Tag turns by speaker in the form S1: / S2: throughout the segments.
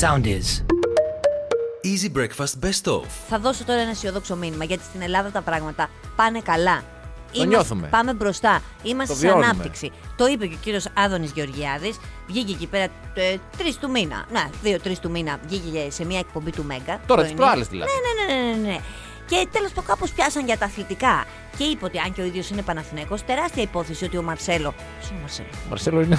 S1: Sound is.
S2: Easy Breakfast Best Of.
S3: Θα δώσω τώρα ένα αισιοδόξο μήνυμα γιατί στην Ελλάδα τα πράγματα πάνε καλά. Είμαστε-
S4: νιώθουμε.
S3: Πάμε μπροστά. Είμαστε
S4: Το
S3: σε
S4: βιώνουμε.
S3: ανάπτυξη. Το είπε και ο κύριος Άδωνης Γεωργιάδης. Βγήκε εκεί πέρα ε, τρεις του μήνα. Να, δύο-τρει του μήνα βγήκε σε μια εκπομπή του Μέγκα.
S4: Τώρα,
S3: πρωινή.
S4: τις προάλλες δηλαδή.
S3: Ναι, ναι, ναι, ναι. ναι. Και τέλος το κάπως πιάσαν για τα αθλητικά. Και είπε ότι αν και ο ίδιος είναι Παναθηναίκος, τεράστια υπόθεση ότι ο Μαρσέλο. Ποιος είναι ο Μαρσέλο.
S4: Μαρσέλο είναι...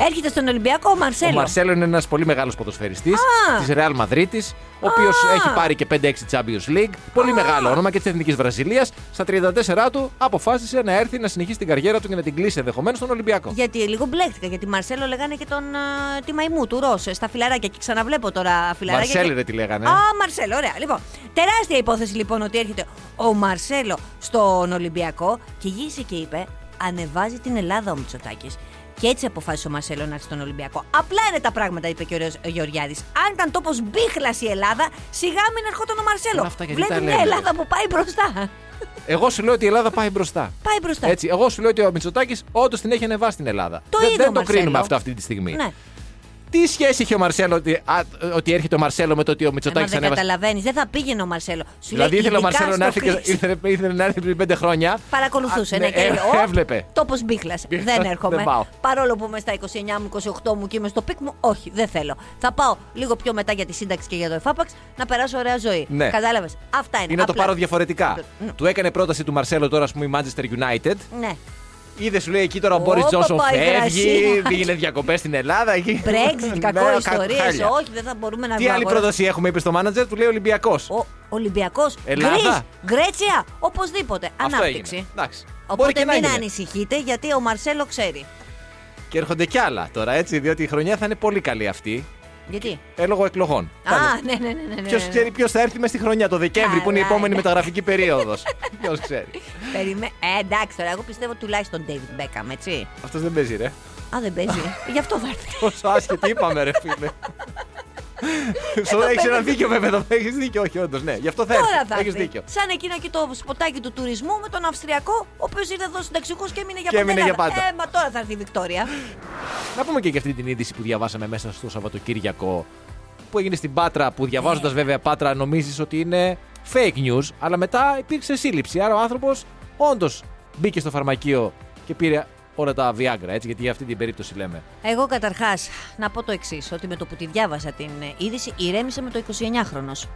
S3: Έρχεται στον Ολυμπιακό ο
S4: Ο
S3: Μαρσέλο.
S4: Μαρσέλο είναι ένας πολύ μεγάλος ποδοσφαιριστής
S3: Α.
S4: της Real Madrid, ο οποίος
S3: Α.
S4: έχει πάρει και 5-6 Champions League. Πολύ μεγάλο όνομα και της Εθνικής Βραζιλίας. Στα 34 του αποφάσισε να έρθει να συνεχίσει την καριέρα του και να την κλείσει ενδεχομένως στον Ολυμπιακό.
S3: Γιατί λίγο μπλέκτηκα, γιατί Μαρσέλο λέγανε και τον, ε, τη Μαϊμού του Ρώσ στα φιλαράκια και ξαναβλέπω τώρα φιλαράκια.
S4: Μαρσέλ,
S3: και...
S4: ρε, τη λέγανε. ναι.
S3: Α, Μαρσέλο, ωραία. Λοιπόν, τεράστια υπόθεση λοιπόν ότι έρχεται ο Μαρσέλο στον Ολυμπιακό και γύρισε και είπε: Ανεβάζει την Ελλάδα ο Μητσοτάκης. Και έτσι αποφάσισε ο Μαρσέλο να έρθει στον Ολυμπιακό. Απλά είναι τα πράγματα, είπε και ο ωραίος Γεωργιάδης. Αν ήταν τόπος μπίχλας η Ελλάδα, σιγά μην ερχόταν ο Μαρσέλο.
S4: Είναι αυτά, γιατί
S3: Βλέπει
S4: τα
S3: μια
S4: λέμε.
S3: Ελλάδα που πάει μπροστά.
S4: Εγώ σου λέω ότι η Ελλάδα πάει μπροστά.
S3: Πάει μπροστά.
S4: Έτσι, εγώ σου λέω ότι ο Μητσοτάκης όντως την έχει ανεβάσει την Ελλάδα.
S3: Το
S4: δεν
S3: είδε ο
S4: δεν το
S3: Μαρσέλο.
S4: κρίνουμε αυτό αυτή τη στιγμή.
S3: Ναι.
S4: Τι σχέση είχε ο Μαρσέλο ότι, α, ότι έρχεται ο Μαρσέλο με το ότι ο
S3: Μα
S4: Μητσοτάκη
S3: δεν
S4: ανέβασε.
S3: καταλαβαίνεις, δεν θα πήγαινε ο Μαρσέλο. Σου
S4: Δηλαδή
S3: λέει,
S4: ήθελε ο
S3: ειδικά
S4: Μαρσέλο
S3: στο
S4: να έρθει και
S3: Greece.
S4: ήθελε, ήθελε να έρθει πριν πέντε χρόνια.
S3: Παρακολουθούσε,
S4: Α,
S3: ναι, και έλεγε.
S4: ε, Έβλεπε.
S3: Τόπος μπίχλας.
S4: Μπίχλας,
S3: Δεν έρχομαι.
S4: δεν πάω».
S3: Παρόλο που είμαι στα 29 μου, 28 μου και είμαι στο πικ μου, όχι, δεν θέλω. Θα πάω λίγο πιο μετά για τη σύνταξη και για το εφάπαξ να περάσω ωραία ζωή.
S4: Ναι.
S3: Κατάλαβες. Αυτά είναι.
S4: Ή να το
S3: Απλά-
S4: πάρω διαφορετικά.
S3: Ναι.
S4: Του έκανε πρόταση του Μαρσέλο τώρα, ας πούμε, η Manchester United.
S3: Ναι.
S4: Είδες, σου λέει εκεί τώρα ο
S3: Ω,
S4: Μπόρι Τζόνσον
S3: παπά, η
S4: φεύγει,
S3: Γρασία.
S4: πήγαινε διακοπές στην Ελλάδα. εκεί.
S3: Brexit,
S4: Ναι,
S3: κακό
S4: κα-
S3: ιστορίες.
S4: χάλια.
S3: Όχι, δεν θα μπορούμε να
S4: Τι άλλη
S3: αγοράσουμε.
S4: πρόταση έχουμε, είπε στο μάνατζερ, του λέει Ολυμπιακός.
S3: Ο Ολυμπιακός.
S4: Ελλάδα.
S3: Γκρέτσια. Οπωσδήποτε.
S4: Αυτό έγινε.
S3: Ανάπτυξη.
S4: Εντάξει. Μπορεί
S3: Οπότε
S4: και να
S3: μην
S4: είναι.
S3: ανησυχείτε γιατί ο Μαρσέλο ξέρει.
S4: Και έρχονται κι άλλα τώρα, έτσι, διότι η χρονιά θα είναι πολύ καλή αυτή.
S3: Γιατί.
S4: ε, λόγω εκλογών.
S3: Α, ναι, ναι, ναι. ναι, ναι.
S4: Ποιος ξέρει ποιος θα έρθει μες στη χρονιά, το Δεκέμβρη, που είναι η
S3: Καλά,
S4: επόμενη
S3: ναι.
S4: μεταγραφική περίοδος. Ποιος ξέρει.
S3: Περιμέ... Ε, εντάξει τώρα, εγώ πιστεύω τουλάχιστον David Beckham, έτσι.
S4: Αυτός δεν παίζει, ρε.
S3: Α, δεν παίζει. Γι' αυτό θα έρθει.
S4: Πόσο άσχετη είπαμε, ρε φίλε. Σου έχεις ένα δίκιο, βέβαια. Το έχεις δίκιο, όχι, όντως. Ναι, γι' αυτό θα
S3: Ε, Τώρα
S4: έρθει.
S3: θα
S4: Έχεις
S3: έρθει.
S4: δίκιο.
S3: Σαν εκείνο και το σποτάκι του τουρισμού με τον Αυστριακό, ο οποίος ήρθε εδώ συνταξιούχος και έμεινε για
S4: Και
S3: πάντα.
S4: έμεινε για
S3: Ελλάδα.
S4: πάντα.
S3: Ε, μα τώρα θα έρθει η Βικτόρια.
S4: Να πούμε και για αυτή την είδηση που διαβάσαμε μέσα στο Σαββατοκύριακο που έγινε στην Πάτρα. Που διαβάζοντα,
S3: Ναι.
S4: βέβαια, Πάτρα, νομίζεις ότι είναι fake news, αλλά μετά υπήρξε σύλληψη. Άρα ο άνθρωπος όντως μπήκε στο φαρμακείο και πήρε όλα τα Viagra, έτσι, γιατί για αυτή την περίπτωση λέμε.
S3: Εγώ καταρχάς να πω το εξής, ότι με το που τη διάβασα την ε, είδηση, ηρέμησε με το 29χρονο.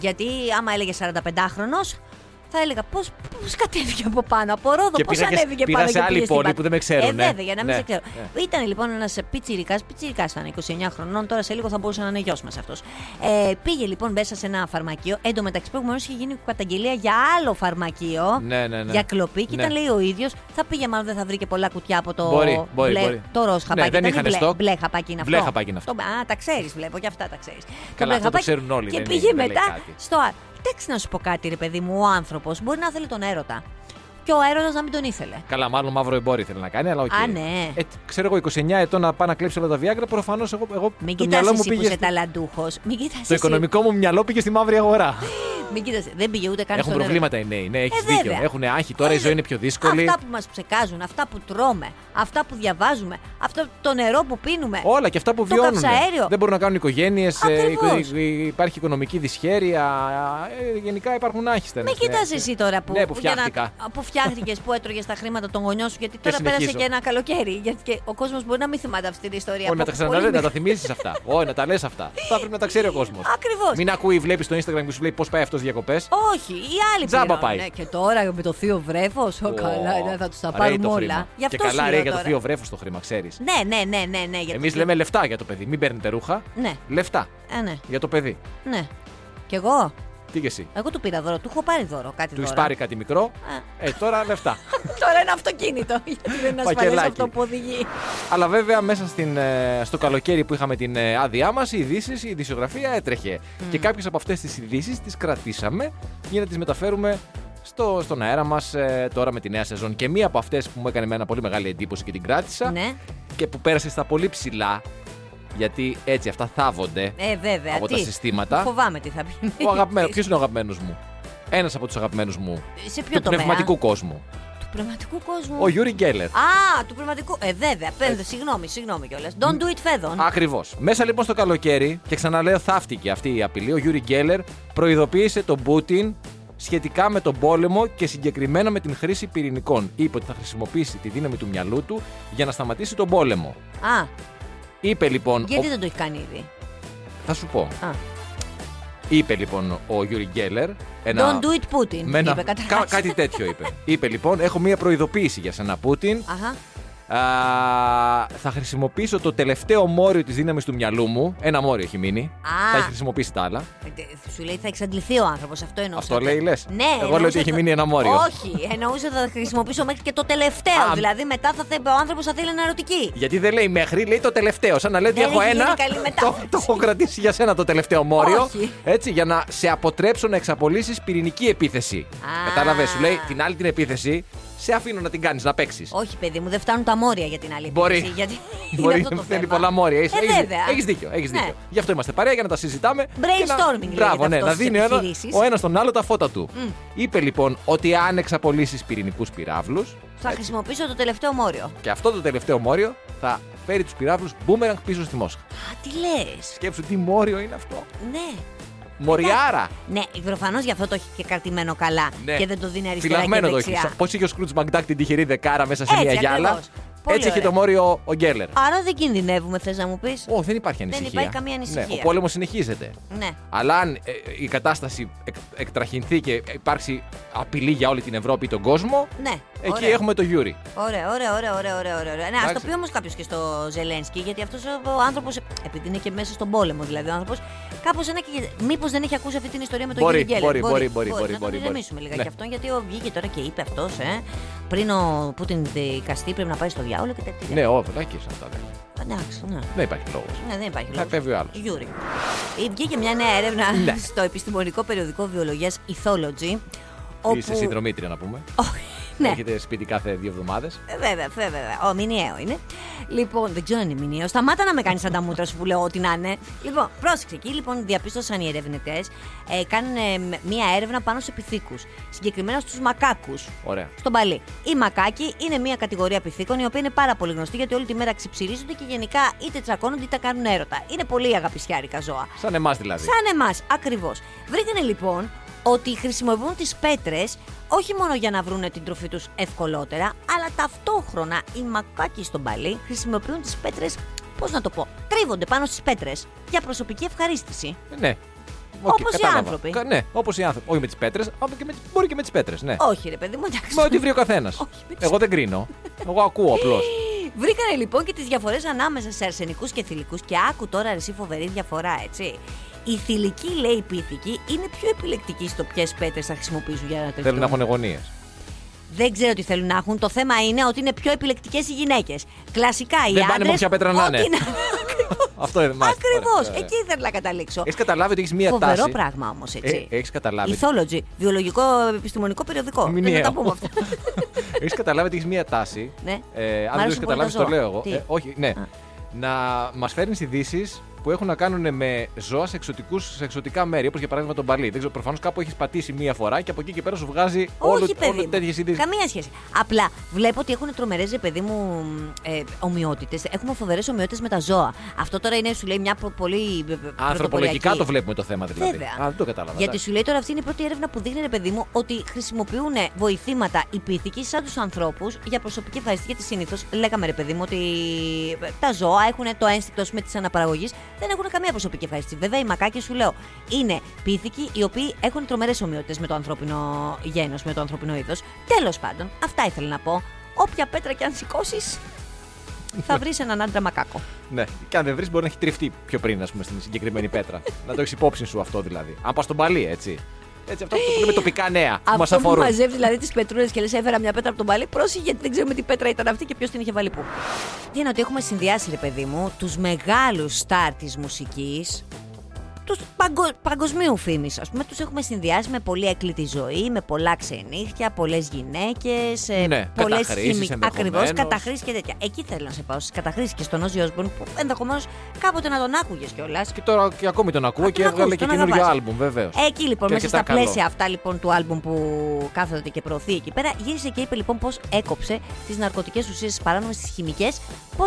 S3: Γιατί άμα έλεγε 45χρονο, θα έλεγα πώς κατέβηκε από πάνω, από ρόδο,
S4: Και
S3: πώς
S4: πήγα και-
S3: ανέβηκε
S4: πήγα
S3: πάνω.
S4: σε
S3: και
S4: άλλη
S3: πήγες στην
S4: πόλη
S3: Πάτρα.
S4: που δεν με ξέρουν,
S3: Ε,
S4: ναι.
S3: βέβαια, για να μην
S4: Ναι,
S3: σε ξέρω. Ήταν λοιπόν ένας πιτσυρικά, πιτσυρικά ήταν 29 χρονών, τώρα σε λίγο θα μπορούσε να είναι γιος μας αυτός. Ε, πήγε λοιπόν μέσα σε ένα φαρμακείο. Εν τω μεταξύ, προηγουμένως είχε γίνει καταγγελία για άλλο φαρμακείο.
S4: Ναι, ναι, ναι.
S3: Για κλοπή και
S4: Ναι.
S3: ήταν λέει ο ίδιος. Θα πήγε μάλλον δεν θα βρει και πολλά κουτιά από το
S4: Μπορεί, μπορεί,
S3: μπλε,
S4: μπορεί.
S3: το ροζ
S4: Ναι,
S3: χαπάκι.
S4: δεν
S3: ήταν ή
S4: είχανε
S3: μπλε,
S4: στόκ.
S3: μπλε χαπάκι είναι αυτό.
S4: Μπλε χαπάκι είναι αυτό.
S3: Το- α, τα ξέρεις, βλέπω και αυτά τα ξέρεις.
S4: Καλά, αυτό το ξέρουν όλοι,
S3: Και
S4: δεν
S3: πήγε
S4: είναι- δεν λέει
S3: μετά
S4: κάτι.
S3: στο άλλο. Κοιτάξτε να σου πω κάτι, ρε παιδί μου, ο άνθρωπος μπορεί να θέλει τον έρωτα. Και ο έρωτα να μην τον ήθελε.
S4: Καλά, μάλλον μαύρο εμπόριο θέλει να κάνει, αλλά οκ.
S3: Α, ναι.
S4: Ε, ξέρω εγώ, 29 ετών να πάω να κλέψω όλα τα Viagra, προφανώς εγώ, εγώ
S3: Μην
S4: το
S3: κοιτάς
S4: μυαλό μου
S3: εσύ που
S4: πήγε.
S3: είσαι
S4: στο-
S3: ταλαντούχος. Μην κοιτάς
S4: Το οικονομικό μου μυαλό πήγε στη μαύρη αγορά.
S3: Μην κοιτάς, δεν πήγε ούτε καν
S4: Έχουν
S3: στον
S4: προβλήματα οι νέοι, ναι, έχεις
S3: Ε,
S4: δίκιο.
S3: βέβαια.
S4: Έχουν άγχη, τώρα η ζωή είναι πιο δύσκολη.
S3: Αυτά που μας ψεκάζουν, αυτά που τρώμε, αυτά που διαβάζουμε, αυτό το νερό που πίνουμε.
S4: Όλα και αυτά που
S3: Το
S4: βιώνουν. ναι.
S3: καυσαέριο.
S4: Δεν μπορούν να κάνουν οικογένειες,
S3: Ακριβώς.
S4: ε, υπάρχει οικονομική δυσχέρεια. ε, γενικά υπάρχουν άχιστα.
S3: Μην κοιτάς εσύ τώρα που,
S4: Ναι, που
S3: για να-
S4: φτιάχτηκα.
S3: που φτιάχτηκες, που έτρωγες τα χρήματα των γονιών σου, γιατί τώρα πέρασε
S4: συνεχίζω.
S3: και ένα καλοκαίρι. Γιατί και ο κόσμος μπορεί να μην θυμάται αυτή την ιστορία.
S4: Όχι, να τα ξαναλέει, να τα θυμίζει αυτά. Όχι, να τα λες αυτά. Θα πρέπει να τα ξέρει ο κόσμος.
S3: Ακριβώς.
S4: Μην ακούει, βλέπεις στο Instagram και σου λέει πώς πάει αυτός διακοπές.
S3: Όχι, οι άλλοι
S4: Τζάμπα
S3: πληρώνουν. Ναι,
S4: πάει.
S3: Και τώρα με το θείο βρέφος. Καλά, ναι, θα τους τα
S4: Ρέει
S3: πάρουμε
S4: το
S3: όλα.
S4: χρήμα.
S3: Γι' αυτό
S4: και καλά
S3: σου
S4: ρέει
S3: λέω
S4: για το
S3: τώρα.
S4: θείο βρέφος το χρήμα, ξέρεις.
S3: Ναι, ναι, ναι, ναι. ναι για το
S4: Εμείς
S3: θείο-
S4: λέμε λεφτά για το παιδί. Μην παίρνετε ρούχα.
S3: Ναι.
S4: Λεφτά
S3: Ε, ναι,
S4: για το παιδί.
S3: ναι. Κι εγώ,
S4: Τι και εσύ.
S3: εγώ του πήρα δώρο, του έχω πάρει δώρο κάτι
S4: Του
S3: δώρο.
S4: έχει πάρει κάτι μικρό.
S3: Ε.
S4: Ε, τώρα λεφτά.
S3: Τώρα ένα αυτοκίνητο. Γιατί δεν είναι ασφαλές
S4: Πακελάκι.
S3: αυτό που οδηγεί.
S4: Αλλά βέβαια μέσα στην, ε, στο καλοκαίρι που είχαμε την ε, άδειά μας, οι ειδήσεις, η ειδησιογραφία έτρεχε. Και κάποιες από αυτές τις ειδήσεις τις κρατήσαμε για να τις μεταφέρουμε στο, στον αέρα μας τώρα με τη νέα σεζόν. Και μία από αυτές που μου έκανε εμένα πολύ μεγάλη εντύπωση και την κράτησα
S3: ναι.
S4: και που πέρασε στα πολύ ψηλά. Γιατί έτσι αυτά θάβονται.
S3: Ε, βέβαια.
S4: Από
S3: τι?
S4: τα συστήματα.
S3: Φοβάμαι τι θα πει.
S4: Ο αγαπημένο. Ποιος είναι ο αγαπημένος μου. Ένας από τους αγαπημένους μου.
S3: Σε ποιο
S4: του
S3: τομέα?
S4: πνευματικού κόσμου.
S3: Του Πνευματικού κόσμου.
S4: Ο Γιούρι Γκέλερ.
S3: Α, του πνευματικού. Ε, βέβαια. Πέντε, συγγνώμη, συγγνώμη κιόλας. Don't do it φέδων.
S4: Ακριβώς. Μέσα λοιπόν στο καλοκαίρι, και ξαναλέω, θαύτηκε αυτή η απειλή. Ο Γιούρι Γκέλλερ προειδοποίησε τον Πούτιν σχετικά με τον πόλεμο και συγκεκριμένα με την χρήση πυρηνικών. Είπε ότι θα χρησιμοποιήσει τη δύναμη του μυαλού του για να σταματήσει τον πόλεμο.
S3: Α,
S4: Είπε λοιπόν.
S3: γιατί
S4: ο-
S3: δεν το έχει κάνει ήδη.
S4: Θα σου πω.
S3: Α.
S4: Είπε λοιπόν ο Γιούρι Γκέλλερ.
S3: Don't do it Putin.
S4: με ένα-
S3: Είπε,
S4: Κα-
S3: καταρχάς.
S4: κάτι τέτοιο είπε. είπε λοιπόν: Έχω μία προειδοποίηση για σένα, Πούτιν.
S3: Αχα.
S4: Α, θα χρησιμοποιήσω το τελευταίο μόριο της δύναμης του μυαλού μου. Ένα μόριο έχει μείνει.
S3: Α.
S4: Τα έχει χρησιμοποιήσει τα άλλα.
S3: Ε, τε- Σου λέει θα εξαντληθεί ο άνθρωπος, αυτό εννοούσα.
S4: Αυτό λέει, λες.
S3: Ναι,
S4: Εγώ λέω
S3: εννοούσα
S4: ότι έχει
S3: το-
S4: μείνει ένα μόριο.
S3: Όχι, εννοούσα θα χρησιμοποιήσω μέχρι και το τελευταίο.
S4: Α.
S3: Δηλαδή μετά θα, θε- ο άνθρωπος θα θέλει ένα ερωτική.
S4: Γιατί δεν λέει μέχρι, λέει το τελευταίο. Σαν να λέει ότι
S3: Δεν
S4: έχω
S3: έχει γίνει
S4: ένα.
S3: καλή
S4: Το,
S3: μετάφραση.
S4: το έχω κρατήσει για σένα το τελευταίο μόριο.
S3: Όχι.
S4: Έτσι, για να σε αποτρέψω να εξαπολύσεις πυρηνική επίθεση.
S3: Α.
S4: Κατάλαβες, σου λέει την άλλη την επίθεση, σε αφήνω να την κάνεις, να παίξεις.
S3: Όχι, παιδί μου, δεν φτάνουν τα μόρια για την άλλη
S4: Μπορεί.
S3: επίθεση, Γιατί είναι
S4: Μπορεί
S3: αυτό το
S4: θέλει
S3: θέμα.
S4: πολλά μόρια.
S3: Ε, βέβαια.
S4: Έχεις δίκιο. Έχεις
S3: Ναι.
S4: δίκιο. Γι' αυτό είμαστε παρέα για να τα συζητάμε. και να-
S3: Brainstorming λέγεται
S4: Μπράβο, ναι,
S3: αυτός
S4: να
S3: στις
S4: δίνει ο ένα
S3: επιχειρήσεις.
S4: ο ένας τον άλλο τα φώτα του. Είπε λοιπόν ότι αν εξαπολύσεις πυρηνικούς πυράβλους,
S3: Θα χρησιμοποιήσω το τελευταίο μόριο.
S4: και αυτό το τελευταίο μόριο θα φέρει τους πυράβλους μπούμεραγκ πίσω στη Μόσχα.
S3: Α, τι λες.
S4: Σκέψου τι μόριο είναι αυτό.
S3: Ναι.
S4: Μοριάρα!
S3: Ναι, προφανώς γι' αυτό το έχει και κρατημένο καλά.
S4: Ναι.
S3: Και δεν το δίνει αριστερά
S4: Φυλαγμένο
S3: και
S4: το έχει.
S3: δεξιά.
S4: Πώς είχε ο Σκρούτ Μαγκτάκ την τυχερή δεκάρα μέσα σε
S3: Έτσι,
S4: μια γυάλα.
S3: ακριβώς. Πολύ
S4: Έτσι είχε
S3: ωραία.
S4: το μόριο ο Γκέλλερ.
S3: Άρα δεν κινδυνεύουμε, θες να μου πεις.
S4: Ω, δεν υπάρχει ανησυχία.
S3: υπάρχει καμία ανησυχία.
S4: Ναι, ο πόλεμος συνεχίζεται.
S3: Ναι.
S4: Αλλά αν ε, η κατάσταση εκ- εκτραχυνθεί και υπάρξει απειλή για όλη την Ευρώπη ή τον κόσμο,
S3: Ναι.
S4: εκεί
S3: ωραία.
S4: έχουμε το Γιούρι.
S3: Ωραία, ωραία, ωραία, ωραία, ωραία. ωραία. Ναι, ας το
S4: Εντάξει.
S3: πει όμως κάποιος και στο Ζελένσκι, γιατί αυτός ο άνθρωπος. Επειδή είναι και μέσα στον πόλεμο, δηλαδή ο άνθρωπος. Κάπως ένα και. Μήπως δεν έχει ακούσει αυτή την ιστορία με τον
S4: Μπορεί,
S3: Γιώργο Γκέλλερ.
S4: μπορεί, μπορεί, μπορεί, μπορεί,
S3: Να τον
S4: μπορεί,
S3: ηρεμήσουμε
S4: μπορεί.
S3: λίγα
S4: Ναι.
S3: γι' αυτόν, γιατί ο βγήκε τώρα και είπε αυτός, ε. Πριν ο Πούτιν δικαστεί, πρέπει να πάει στο διάολο και τέτοια.
S4: Ναι, ο βλάκε αυτά δεν.
S3: Εντάξει, ναι.
S4: Δεν υπάρχει λόγος.
S3: Ναι, δεν υπάρχει
S4: Θα
S3: λόγος.
S4: φεύγει ο άλλος. Ναι.
S3: Γιούρι. Ε, Βγήκε μια νέα έρευνα στο επιστημονικό περιοδικό βιολογίας Ethology. Όπου...
S4: Είσαι συνδρομήτρια να πούμε.
S3: Όχι, ναι.
S4: Έχετε σπίτι κάθε δύο εβδομάδες.
S3: Ε, Βέβαια, βέβαια, βέβαια. Ο μηνιαίο είναι. Λοιπόν, δεν ξέρω αν είναι μηνιαίο. Σταμάτα να με κάνεις σαν τα μούτρα σου που λέω ό,τι να είναι. Λοιπόν, πρόσεξε. Εκεί λοιπόν διαπίστωσαν οι ερευνητές. Ε, κάνουν ε, μ- μία έρευνα πάνω σε πυθίκους. Συγκεκριμένα στους μακάκους.
S4: Ωραία.
S3: Στον παλί. Οι μακάκοι είναι μία κατηγορία πυθίκων η οποία είναι πάρα πολύ γνωστή γιατί όλη τη μέρα ξυψηρίζονται και γενικά είτε τσακώνονται είτε κάνουν έρωτα. Είναι πολύ αγαπησιάρικα ζώα.
S4: Σαν εμάς δηλαδή.
S3: Σαν εμάς, ακριβώς. Βρήκανε λοιπόν ότι χρησιμοποιούν τις πέτρες όχι μόνο για να βρουν την τροφή τους ευκολότερα, αλλά ταυτόχρονα οι μακάκοι στον παλί χρησιμοποιούν τις πέτρες. Πώς να το πω, τρίβονται πάνω στις πέτρες για προσωπική ευχαρίστηση.
S4: Ναι. Οκ,
S3: Όπως οι
S4: κατάλαβα.
S3: άνθρωποι.
S4: Κα- Ναι, όπως οι άνθρωποι. Όχι με τις πέτρες, μπορεί και με τις πέτρες. Ναι.
S3: Όχι, ρε παιδί μου, εντάξει.
S4: Με ό,τι βρει ο καθένας.
S3: Όχι, με τις-
S4: Εγώ δεν κρίνω. Εγώ ακούω απλώς.
S3: Βρήκανε λοιπόν και τις διαφορές ανάμεσα σε αρσενικούς και θηλυκούς και άκου τώρα ρε, εσύ φοβερή διαφορά, έτσι. Η θηλυκή, λέει η πίθηκη, είναι πιο επιλεκτική στο ποιες πέτρες θα χρησιμοποιήσουν για να τριφτούν.
S4: Θέλουν να έχουν γωνίε.
S3: Δεν ξέρω τι θέλουν να έχουν. Το θέμα είναι ότι είναι πιο επιλεκτικές οι γυναίκες. Κλασικά οι
S4: Δεν πάνε
S3: άντρες,
S4: με ποια πέτρα να
S3: ό,τι
S4: είναι. Αυτό είναι μάλιστα. Ωραία,
S3: Ακριβώς.
S4: ωραία.
S3: Λοιπόν, Εκεί ήθελα να καταλήξω.
S4: Έχεις καταλάβει ότι έχεις μία
S3: Φοβερό
S4: τάση.
S3: πράγμα όμως, έτσι.
S4: Ε, έχεις καταλάβει.
S3: Ethology, βιολογικό επιστημονικό περιοδικό.
S4: Μηνιαίο.
S3: Δεν θα τα πούμε αυτά.
S4: Έχεις καταλάβει ότι έχεις μία τάση.
S3: Ναι.
S4: Ε,
S3: Μ'
S4: αν δεν
S3: αρέσουν πολύ τα
S4: το καταλάβει,
S3: ζώα.
S4: το λέω εγώ.
S3: Τι?
S4: Ε, όχι, ναι. Να μας φέρνεις ειδήσεις που έχουν να κάνουν με ζώα σε, εξωτικούς, σε εξωτικά μέρη, όπως για παράδειγμα τον Παλί. Δεν ξέρω, προφανώς κάπου έχεις πατήσει μία φορά και από εκεί και πέρα σου βγάζει όλο,
S3: Όχι, παιδί. μου.
S4: τέτοιες ειδήσει.
S3: Καμία σχέση. Απλά βλέπω ότι έχουν τρομερές, παιδί μου, ε, ομοιότητες. Έχουμε φοβερές ομοιότητες με τα ζώα. Αυτό τώρα είναι, σου λέει, μια προ- πολύ. ε, ε,
S4: Ανθρωπολογικά
S3: πρωτοποριακή.
S4: το βλέπουμε το θέμα δηλαδή.
S3: Βέβαια.
S4: Α, δεν το κατάλαβα.
S3: Γιατί
S4: εντάξει.
S3: σου λέει τώρα αυτή είναι η πρώτη έρευνα που δείχνει, ρε παιδί μου, ότι χρησιμοποιούν βοηθήματα οι πίθηκοι σαν τους ανθρώπους για προσωπική ευχαριστία. Γιατί συνήθως λέγαμε, ρε παιδί μου, ότι τα ζώα έχουν το ένστικτο με της αναπαραγωγής, δεν έχουν καμία προσωπική ευχαριστία. Βέβαια, οι μακάκοι σου λέω είναι πίθηκοι οι οποίοι έχουν τρομερές ομοιότητες με το ανθρώπινο γένος, με το ανθρώπινο είδος. Τέλος πάντων, αυτά ήθελα να πω. Όποια πέτρα και αν σηκώσεις, θα βρεις έναν άντρα μακάκο.
S4: Ναι. Και αν δεν βρεις, μπορεί να έχει τριφτεί πιο πριν, ας πούμε, στην συγκεκριμένη πέτρα. να το έχεις υπόψη σου αυτό δηλαδή. Αν πας στον Παλί, έτσι. Έτσι, αυτά που λέμε τοπικά νέα που μα
S3: Αυτό που
S4: αφορούν.
S3: μαζεύεις δηλαδή τι πετρούρε και λες, έφερα μια πέτρα από τον παλί. Πρόσεχε γιατί δεν ξέρουμε τι πέτρα ήταν αυτή και ποιος την είχε βάλει πού. Τι είναι ότι έχουμε συνδυάσει, ρε παιδί μου, τους μεγάλους στάρ της μουσικής, τους του παγκο... παγκοσμίου φήμης. Ας πούμε, τους έχουμε συνδυάσει με πολύ έκλειτη ζωή, με πολλά ξενύχια, πολλές γυναίκες,
S4: Ναι,
S3: πολλές
S4: καταχρήσεις ενδεχομένως.
S3: Ακριβώ, καταχρήσεις και τέτοια. Εκεί θέλω να σε πάω στις καταχρήσεις και στον Όζι Όσμπορν που ενδεχομένως κάποτε να τον άκουγες κιόλας.
S4: Και τώρα και ακόμη τον ακούω
S3: Α,
S4: και
S3: τον
S4: έβγαλε
S3: ακούς,
S4: και
S3: τον
S4: καινούριο
S3: αγαπάς.
S4: άλμπουμ, βεβαίως.
S3: Εκεί λοιπόν,
S4: Και
S3: μέσα στα
S4: αρκετά καλό.
S3: πλαίσια αυτά λοιπόν του άλμπουμ που κάθεται και προωθεί εκεί πέρα, γύρισε και είπε λοιπόν πώς έκοψε τις ναρκωτικές ουσίες τις παράνομες, τις χημικές, πώς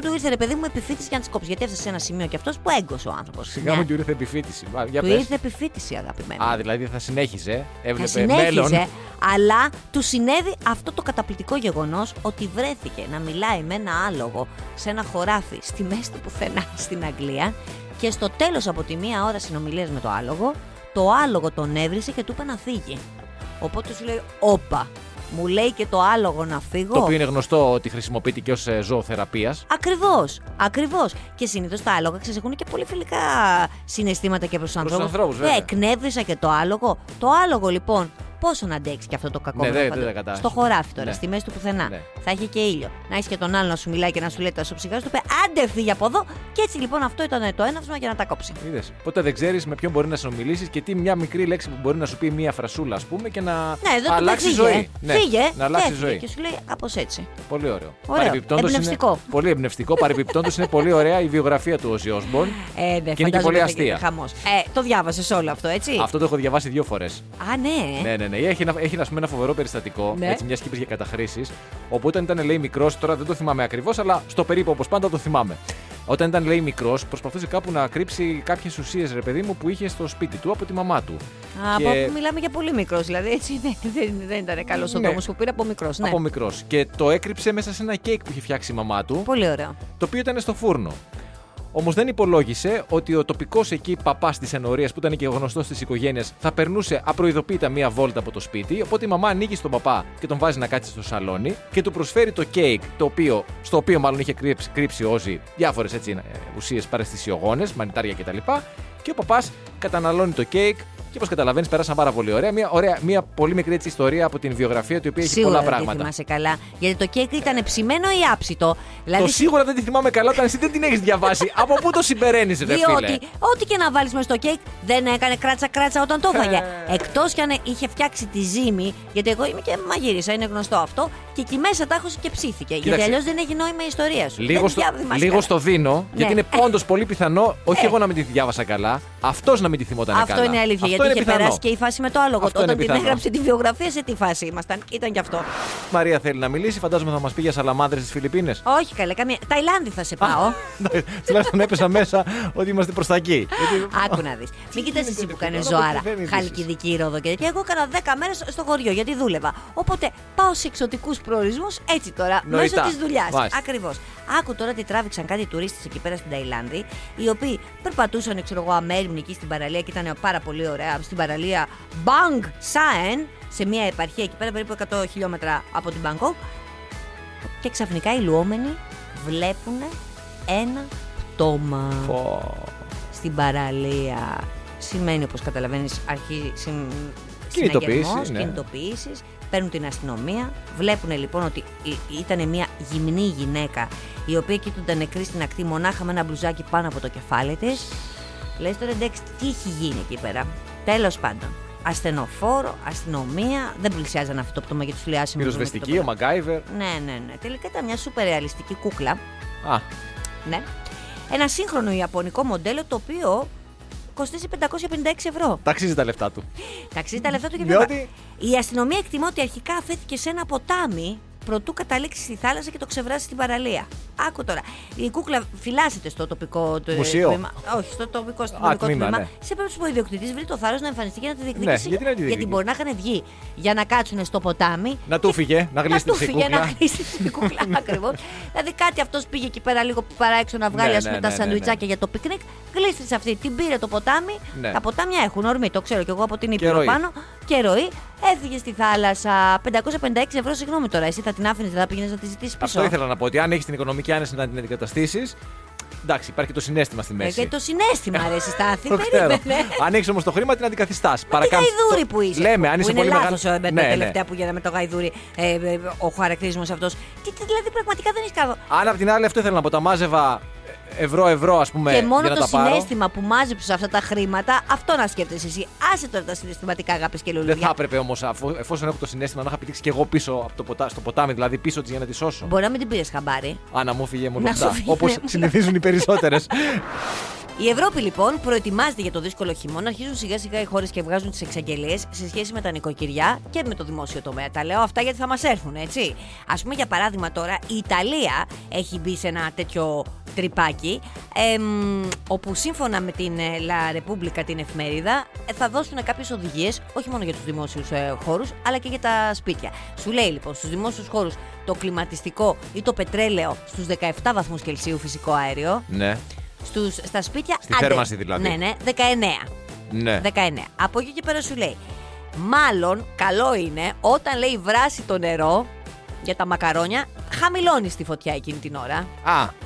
S3: του ήρθε ρε παιδί μου επιφύτηση για να τι κόψει. Γιατί έφτασε σε ένα σημείο και αυτός που έγκωσε ο άνθρωπος.
S4: Σιγά μου και ήρθε επιφύτηση. Βα- Για
S3: ναι. Του
S4: πες.
S3: ήρθε επιφύτηση αγαπημένο.
S4: Α, δηλαδή θα συνέχιζε.
S3: Θα
S4: Έβλεπε μέλλον.
S3: συνέχιζε, αλλά του συνέβη αυτό το καταπληκτικό γεγονός ότι βρέθηκε να μιλάει με ένα άλογο σε ένα χωράφι στη μέση του πουθενά στην Αγγλία και στο τέλος από τη μία ώρα συνομιλίας με το άλογο, το άλογο τον έβρισε και του είπε να φύγει. Οπότε σου λέει, Όπα, μου λέει και το άλογο να φύγω.
S4: Το οποίο είναι γνωστό ότι χρησιμοποιείται και ε, ω ζωοθεραπεία.
S3: Ακριβώς, ακριβώς. Και συνήθως τα άλογα ξεσηκούν και πολύ φιλικά συναισθήματα και προς τους ανθρώπους.
S4: ανθρώπους, βέβαια.
S3: Ε, εκνεύρισα και το άλογο. Το άλογο λοιπόν, πόσο να αντέξει και αυτό το κακό
S4: Ναι,
S3: με το
S4: δεν-
S3: φαντο-
S4: δεν τα κατάφερε.
S3: Στο χωράφι τώρα,
S4: Ναι.
S3: στη μέση του πουθενά.
S4: Ναι.
S3: Θα έχει και ήλιο. Να έχεις και τον άλλο να σου μιλάει και να σου λέει τα σου ψυχά, του είπε άντε φύγει από εδώ. Και έτσι λοιπόν αυτό ήταν το έναυσμα για να τα κόψει.
S4: Είδες. Ποτέ δεν ξέρεις με ποιον μπορεί να συνομιλήσεις και τι μια μικρή λέξη που μπορεί να σου πει μια φρασούλα, ας πούμε, και να
S3: Ναι, δεν
S4: αλλάξει
S3: το
S4: ζωή.
S3: Ναι. Φύγε,
S4: να αλλάξει
S3: έφυγε.
S4: ζωή.
S3: Και σου λέει κάπως έτσι.
S4: Πολύ ωραίο.
S3: Ωραίο.
S4: Παρεμπιπτόντως Είναι...
S3: Εμπνευστικό.
S4: Πολύ εμπνευστικό. Παρεμπιπτόντως είναι πολύ ωραία η βιογραφία του Όζι Όσμπορν.
S3: Ε, ναι,
S4: και είναι και πολύ αστεία.
S3: Χαμός. Ε, το διάβασες όλο αυτό, έτσι.
S4: Αυτό το έχω διαβάσει δύο φορές.
S3: Α, ναι.
S4: Ναι, ναι, ναι. Έχει, ένα, έχει ας πούμε, ένα φοβερό περιστατικό.
S3: Ναι.
S4: Έτσι, μιας και είπες για καταχρήσεις. Όπου όταν ήταν, λέει, μικρός, τώρα δεν το θυμάμαι ακριβώς, αλλά στο περίπου όπως πάντα το θυμάμαι. Όταν ήταν, λέει, μικρός, προσπαθούσε κάπου να κρύψει κάποιες ουσίες, ρε παιδί μου, που είχε στο σπίτι του από τη μαμά του.
S3: Α,
S4: Και-
S3: Από που μιλάμε για πολύ μικρός, δηλαδή έτσι ναι, δεν, δεν ήταν καλός ο
S4: Ναι.
S3: δρόμος που πήρε από μικρός. Ναι.
S4: Από μικρός. Και το έκρυψε μέσα σε ένα κέικ που είχε φτιάξει η μαμά του,
S3: Πολύ ωραίο.
S4: το οποίο ήταν στο φούρνο. Όμως δεν υπολόγισε ότι ο τοπικός εκεί παπάς της ενορίας, που ήταν και γνωστός της οικογένειας, θα περνούσε απροειδοποίητα μία βόλτα από το σπίτι. Οπότε η μαμά ανοίγει στον παπά και τον βάζει να κάτσει στο σαλόνι και του προσφέρει το κέικ, το οποίο, στο οποίο μάλλον είχε κρύψει, κρύψει όζη διάφορε ουσίε παρεστησιογόνε, ε, μανιτάρια κτλ. Και ο παπάς καταναλώνει το κέικ και όπως καταλαβαίνεις, πέρασαν πάρα πολύ ωραία. Μια, ωραία, μια πολύ μικρή έτσι, ιστορία από την βιογραφία του, η οποία έχει
S3: Σίγουρα
S4: πολλά
S3: δεν τη
S4: πράγματα.
S3: θυμάσαι καλά. Γιατί το κέικ ήταν ψημένο ή άψητο.
S4: Το
S3: Δηλαδή,
S4: σίγουρα δεν τη θυμάμαι καλά όταν εσύ δεν την έχεις διαβάσει. Από πού το συμπεραίνεις, ρε φίλε.
S3: διότι ό,τι και να βάλεις μες στο κέικ δεν έκανε κράτσα-κράτσα όταν το έφαγε.
S4: Ε.
S3: Εκτός κι αν είχε φτιάξει τη ζύμη, γιατί εγώ είμαι και μαγείρισα, είναι γνωστό αυτό, και εκεί μέσα τάχωσε και ψήθηκε. Γιατί
S4: Κοίταξε.
S3: αλλιώς δεν έχει νόημα η ιστορία σου.
S4: Λίγο,
S3: δεν
S4: στο,
S3: διά- θυμάσαι
S4: λίγο
S3: καλά. Ναι.
S4: στο δίνω, γιατί είναι πόντω πολύ πιθανό όχι
S3: Ε.
S4: εγώ να μην τη διάβασα καλά, αυτός να μην τη θυμόταν
S3: Αυτό
S4: καλά.
S3: είναι αλήθεια.
S4: Αυτό
S3: γιατί είχε
S4: είναι πιθανό.
S3: περάσει και η φάση με το άλογο.
S4: Αυτό
S3: Όταν
S4: είναι
S3: την
S4: πιθανό.
S3: έγραψε τη βιογραφία, σε τι φάση ήμασταν. Ήταν κι αυτό.
S4: Μαρία θέλει να μιλήσει, φαντάζομαι θα μας πει για σαλαμάνδρε στις Φιλιππίνες.
S3: Όχι καλέ, καμία. Ταϊλάνδη θα σε πάω.
S4: Τουλάχιστον έπεσα μέσα ότι είμαστε προς τα εκεί. Γιατί-
S3: Άκου να δεις. Μην κοιτάς εσύ
S4: γίνεται
S3: που κάνεις
S4: τώρα,
S3: ζωάρα.
S4: ποτέ δεν ειδήσεις.
S3: Χαλκιδική ρόδο και τέτοια. Εγώ έκανα 10 μέρες στο χωριό γιατί δούλευα. Οπότε πάω σε εξωτικούς προορισμούς έτσι τώρα,
S4: Νοητά.
S3: μέσω της δουλειάς.
S4: Μάλιστα.
S3: Ακριβώς. Άκου τώρα τι τράβηξαν κάτι τουρίστες εκεί πέρα στην Ταϊλάνδη, οι οποίοι περπατούσαν, ξέρω εγώ, αμέριμνοι εκεί στην παραλία και ήταν πάρα πολύ ωραία. Στην παραλία Bang Saen, σε μια επαρχία εκεί πέρα περίπου 100 χιλιόμετρα από την Bangkok. Και ξαφνικά οι λουόμενοι βλέπουν ένα πτώμα
S4: Πω.
S3: στην παραλία. Σημαίνει, όπως καταλαβαίνεις, αρχή συν...
S4: Κινητοποίηση,
S3: συναγερμός,
S4: ναι.
S3: κινητοποίησης. Παίρνουν την αστυνομία. Βλέπουν λοιπόν ότι ήταν μια γυμνή γυναίκα η οποία κοίτονταν νεκρή στην ακτή μονάχα με ένα μπλουζάκι πάνω από το κεφάλι της. Λες τώρα εντάξει, τι έχει γίνει εκεί πέρα. Τέλος πάντων. Ασθενοφόρο, αστυνομία. Δεν πλησιάζαν αυτό το πτώμα γιατί του λέει άσε με το δούμε και το
S4: Πυροσβεστική, ο
S3: πέρα.
S4: Μαγκάιβερ.
S3: Ναι, ναι, ναι. Τελικά ήταν μια σούπερ ρεαλιστική κούκλα.
S4: Α,
S3: Ναι. Ένα σύγχρονο Ιαπωνικό μοντέλο το οποίο κοστίζει 556 ευρώ.
S4: ταξίζει τα λεφτά του.
S3: Ταξίζει τα λεφτά του και
S4: Διότι-
S3: βέβαια. Η αστυνομία εκτιμά ότι αρχικά αφέθηκε σε ένα ποτάμι προτού καταλήξει στη θάλασσα και το ξεβράσει στην παραλία. Άκου τώρα. Η κούκλα φυλάσσεται στο τοπικό το-
S4: Μουσείο.
S3: τμήμα. Όχι, στο τοπικό αστυνομικό
S4: τμήμα,
S3: τμήμα.
S4: ναι.
S3: Σε περίπτωση που ο ιδιοκτήτη βρει το θάρρος να εμφανιστεί και να τη διεκδικήσει.
S4: γιατί να τη διεκδικήσει.
S3: μπορεί να είχαν βγει για να κάτσουν στο ποτάμι
S4: Να του φύγε, να
S3: να του
S4: γλίστρισε η
S3: φύγε να
S4: κούκλα.
S3: κλείσει την κούκλα.
S4: Ναι.
S3: Ακριβώς. δηλαδή κάτι αυτός πήγε εκεί πέρα λίγο παρά έξω να βγάλει
S4: Ναι,
S3: ας πούμε,
S4: ναι,
S3: τα
S4: ναι, ναι,
S3: σαντουιτσάκια
S4: ναι.
S3: για το πικνίκ. Γλίστρισε αυτή, την πήρε το ποτάμι.
S4: Ναι.
S3: Τα ποτάμια έχουν ορμή, το ξέρω κι εγώ από την
S4: ροή.
S3: Ήπειρο πάνω. Και ροή. Έφυγε στη θάλασσα. 556 ευρώ, συγγνώμη τώρα. Εσύ θα την άφηνες, δεν θα πήγαινες να τη ζητήσεις πίσω.
S4: Αυτό ήθελα να πω ότι αν έχεις την οικονομική άνεση να την αντικαταστήσεις. Εντάξει, υπάρχει και το συνέστημα στη
S3: Ε,
S4: μέση.
S3: και το συνέστημα ρε Στάθη,
S4: Το ξέρω.
S3: περίμενε.
S4: Αν έχεις όμως το χρήμα, την αντικαθιστάς.
S3: Τι γαϊδούρι που είσαι.
S4: Λέμε, αν
S3: που
S4: είσαι
S3: είναι
S4: πολύ μεγάλο. Ναι,
S3: λάθος ο- με τα τελευταία που γίναμε το γαϊδούρι, ε, ε, ο χαρακτηρισμός αυτός. Τι, τι- δηλαδή πραγματικά δεν έχεις καλό.
S4: Αν απ' την άλλη αυτό ήθελα να πω, τα μάζευα ε, ευρώ-ευρώ, ας πούμε,
S3: και μόνο
S4: Ναι, για να
S3: το
S4: τα πάρω.
S3: συνέστημα που μάζεψες αυτά τα χρήματα, αυτό να σκέφτεσαι εσύ. Άσε τώρα τα συναισθηματικά αγάπης και
S4: Δεν θα
S3: λουλούδια.
S4: έπρεπε όμως, εφόσον έχω το συνέστημα, να είχα πετύχει και εγώ πίσω από το ποτά, στο ποτάμι, δηλαδή πίσω της για να τη σώσω.
S3: Μπορεί να μην την πήρες χαμπάρι.
S4: Άνα μου φύγε μόνο
S3: Να
S4: αυτά.
S3: σου φύγει,
S4: Όπω
S3: ναι.
S4: συνηθίζουν οι περισσότερες.
S3: Η Ευρώπη λοιπόν προετοιμάζεται για το δύσκολο χειμώνα. Αρχίζουν σιγά σιγά οι χώρες και βγάζουν τις εξαγγελίες σε σχέση με τα νοικοκυριά και με το δημόσιο τομέα. Τα λέω αυτά γιατί θα μας έρθουν, έτσι. Ας πούμε για παράδειγμα τώρα, η Ιταλία έχει μπει σε ένα τέτοιο τρυπάκι, εμ, όπου σύμφωνα με την ε, La Repubblica την εφημερίδα ε, θα δώσουν κάποιες οδηγίες όχι μόνο για τους δημόσιους χώρους αλλά και για τα σπίτια. Σου λέει λοιπόν στους δημόσιους χώρους το κλιματιστικό ή το πετρέλαιο στους 17 βαθμούς Κελσίου φυσικό αέριο
S4: ναι,
S3: στους, στα σπίτια.
S4: Στη θέρμανση δηλαδή.
S3: Ναι, ναι, 19.
S4: ναι.
S3: 19. Από εκεί και πέρα σου λέει. Μάλλον καλό είναι όταν λέει βράσει το νερό για τα μακαρόνια, χαμηλώνεις τη φωτιά εκείνη την ώρα.
S4: Α,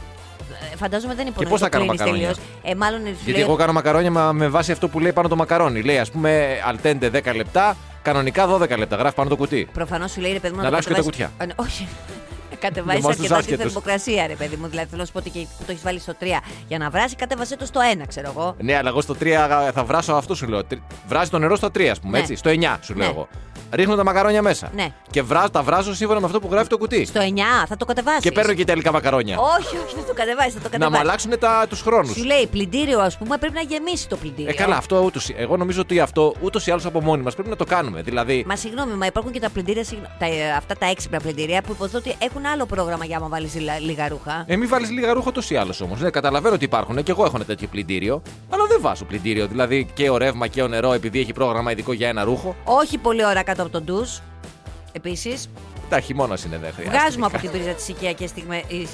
S3: Ε, Φαντάζομαι δεν υπονοεί.
S4: πώς
S3: το
S4: θα κάνω
S3: κλείνεις
S4: μακαρόνια?
S3: τελείως. Ε, μάλλον σου
S4: γιατί
S3: λέει
S4: εγώ κάνω μακαρόνια μα- με βάση αυτό που λέει πάνω το μακαρόνι. Λέει, ας πούμε, αλτέντε 10 λεπτά, κανονικά 12 λεπτά. Γράφει πάνω το κουτί.
S3: Προφανώς σου λέει ρε παιδί μου
S4: Να
S3: να, το
S4: αλλάξω και τα
S3: κατεβάσεις-
S4: κουτιά.
S3: Ε, ναι, Όχι. Να
S4: Για
S3: Κατεβάζει
S4: μας τους
S3: αρκετά τη
S4: άσχετους.
S3: θερμοκρασία, ρε παιδί μου. Δηλαδή θέλω να σου πω ότι και που το έχεις βάλει στο 3 για να βράσει, κατέβασε το στο 1, ξέρω εγώ.
S4: Ναι, αλλά εγώ στο 3 θα βράσω αυτό σου λέω. Τρι- Βράζει το νερό στο 3, ας πούμε,
S3: Ναι.
S4: έτσι. Στο 9 σου λέω
S3: Ναι.
S4: εγώ. Ρίχνω τα μακαρόνια μέσα.
S3: Ναι.
S4: Και βράζω, τα βράζω σύμφωνα με αυτό που γράφει το κουτί.
S3: Στο 9 θα το κατεβάσεις.
S4: Ε, Και παίρνω και τα υλικά μακαρόνια.
S3: Όχι, όχι, θα το κατεβάσεις, θα το
S4: να μου
S3: κατεβάσεις.
S4: αλλάξουν τους χρόνους.
S3: Σου λέει πλυντήριο, ας πούμε, πρέπει να γεμίσει το πλυντήριο.
S4: Ε, καλά, αυτό ούτως, ή- εγώ νομίζω ότι αυτό ούτως ή άλλως από μόνοι μας πρέπει να το κάνουμε. Δηλαδή,
S3: Μα συγγνώμη, μα υπάρχουν και τα πλυντήρια, συγγνω- τα, ε, αυτά τα έξυπνα πλυντήρια που υποθέτω ότι έχουν άλλο πρόγραμμα για άμα βάλεις λίγα ρούχα.
S4: ε, μην βάλεις λίγα ρούχα ούτως ή άλλως όμως. Ναι, καταλαβαίνω ότι υπάρχουν και εγώ έχω ένα τέτοιο πλυντήριο, αλλά δεν βάζω πλυντήριο. Δηλαδή και ο ρεύμα και ο νερό επειδή έχει πρόγραμμα ειδικό για ένα ρούχο.
S3: Όχι πολύ ώρα κάτω από τον ντουζ. Επίσης,
S4: Τα χειμώνα είναι, δεν χρειάζεται.
S3: βγάζουμε από την πρίζα τι οικιακέ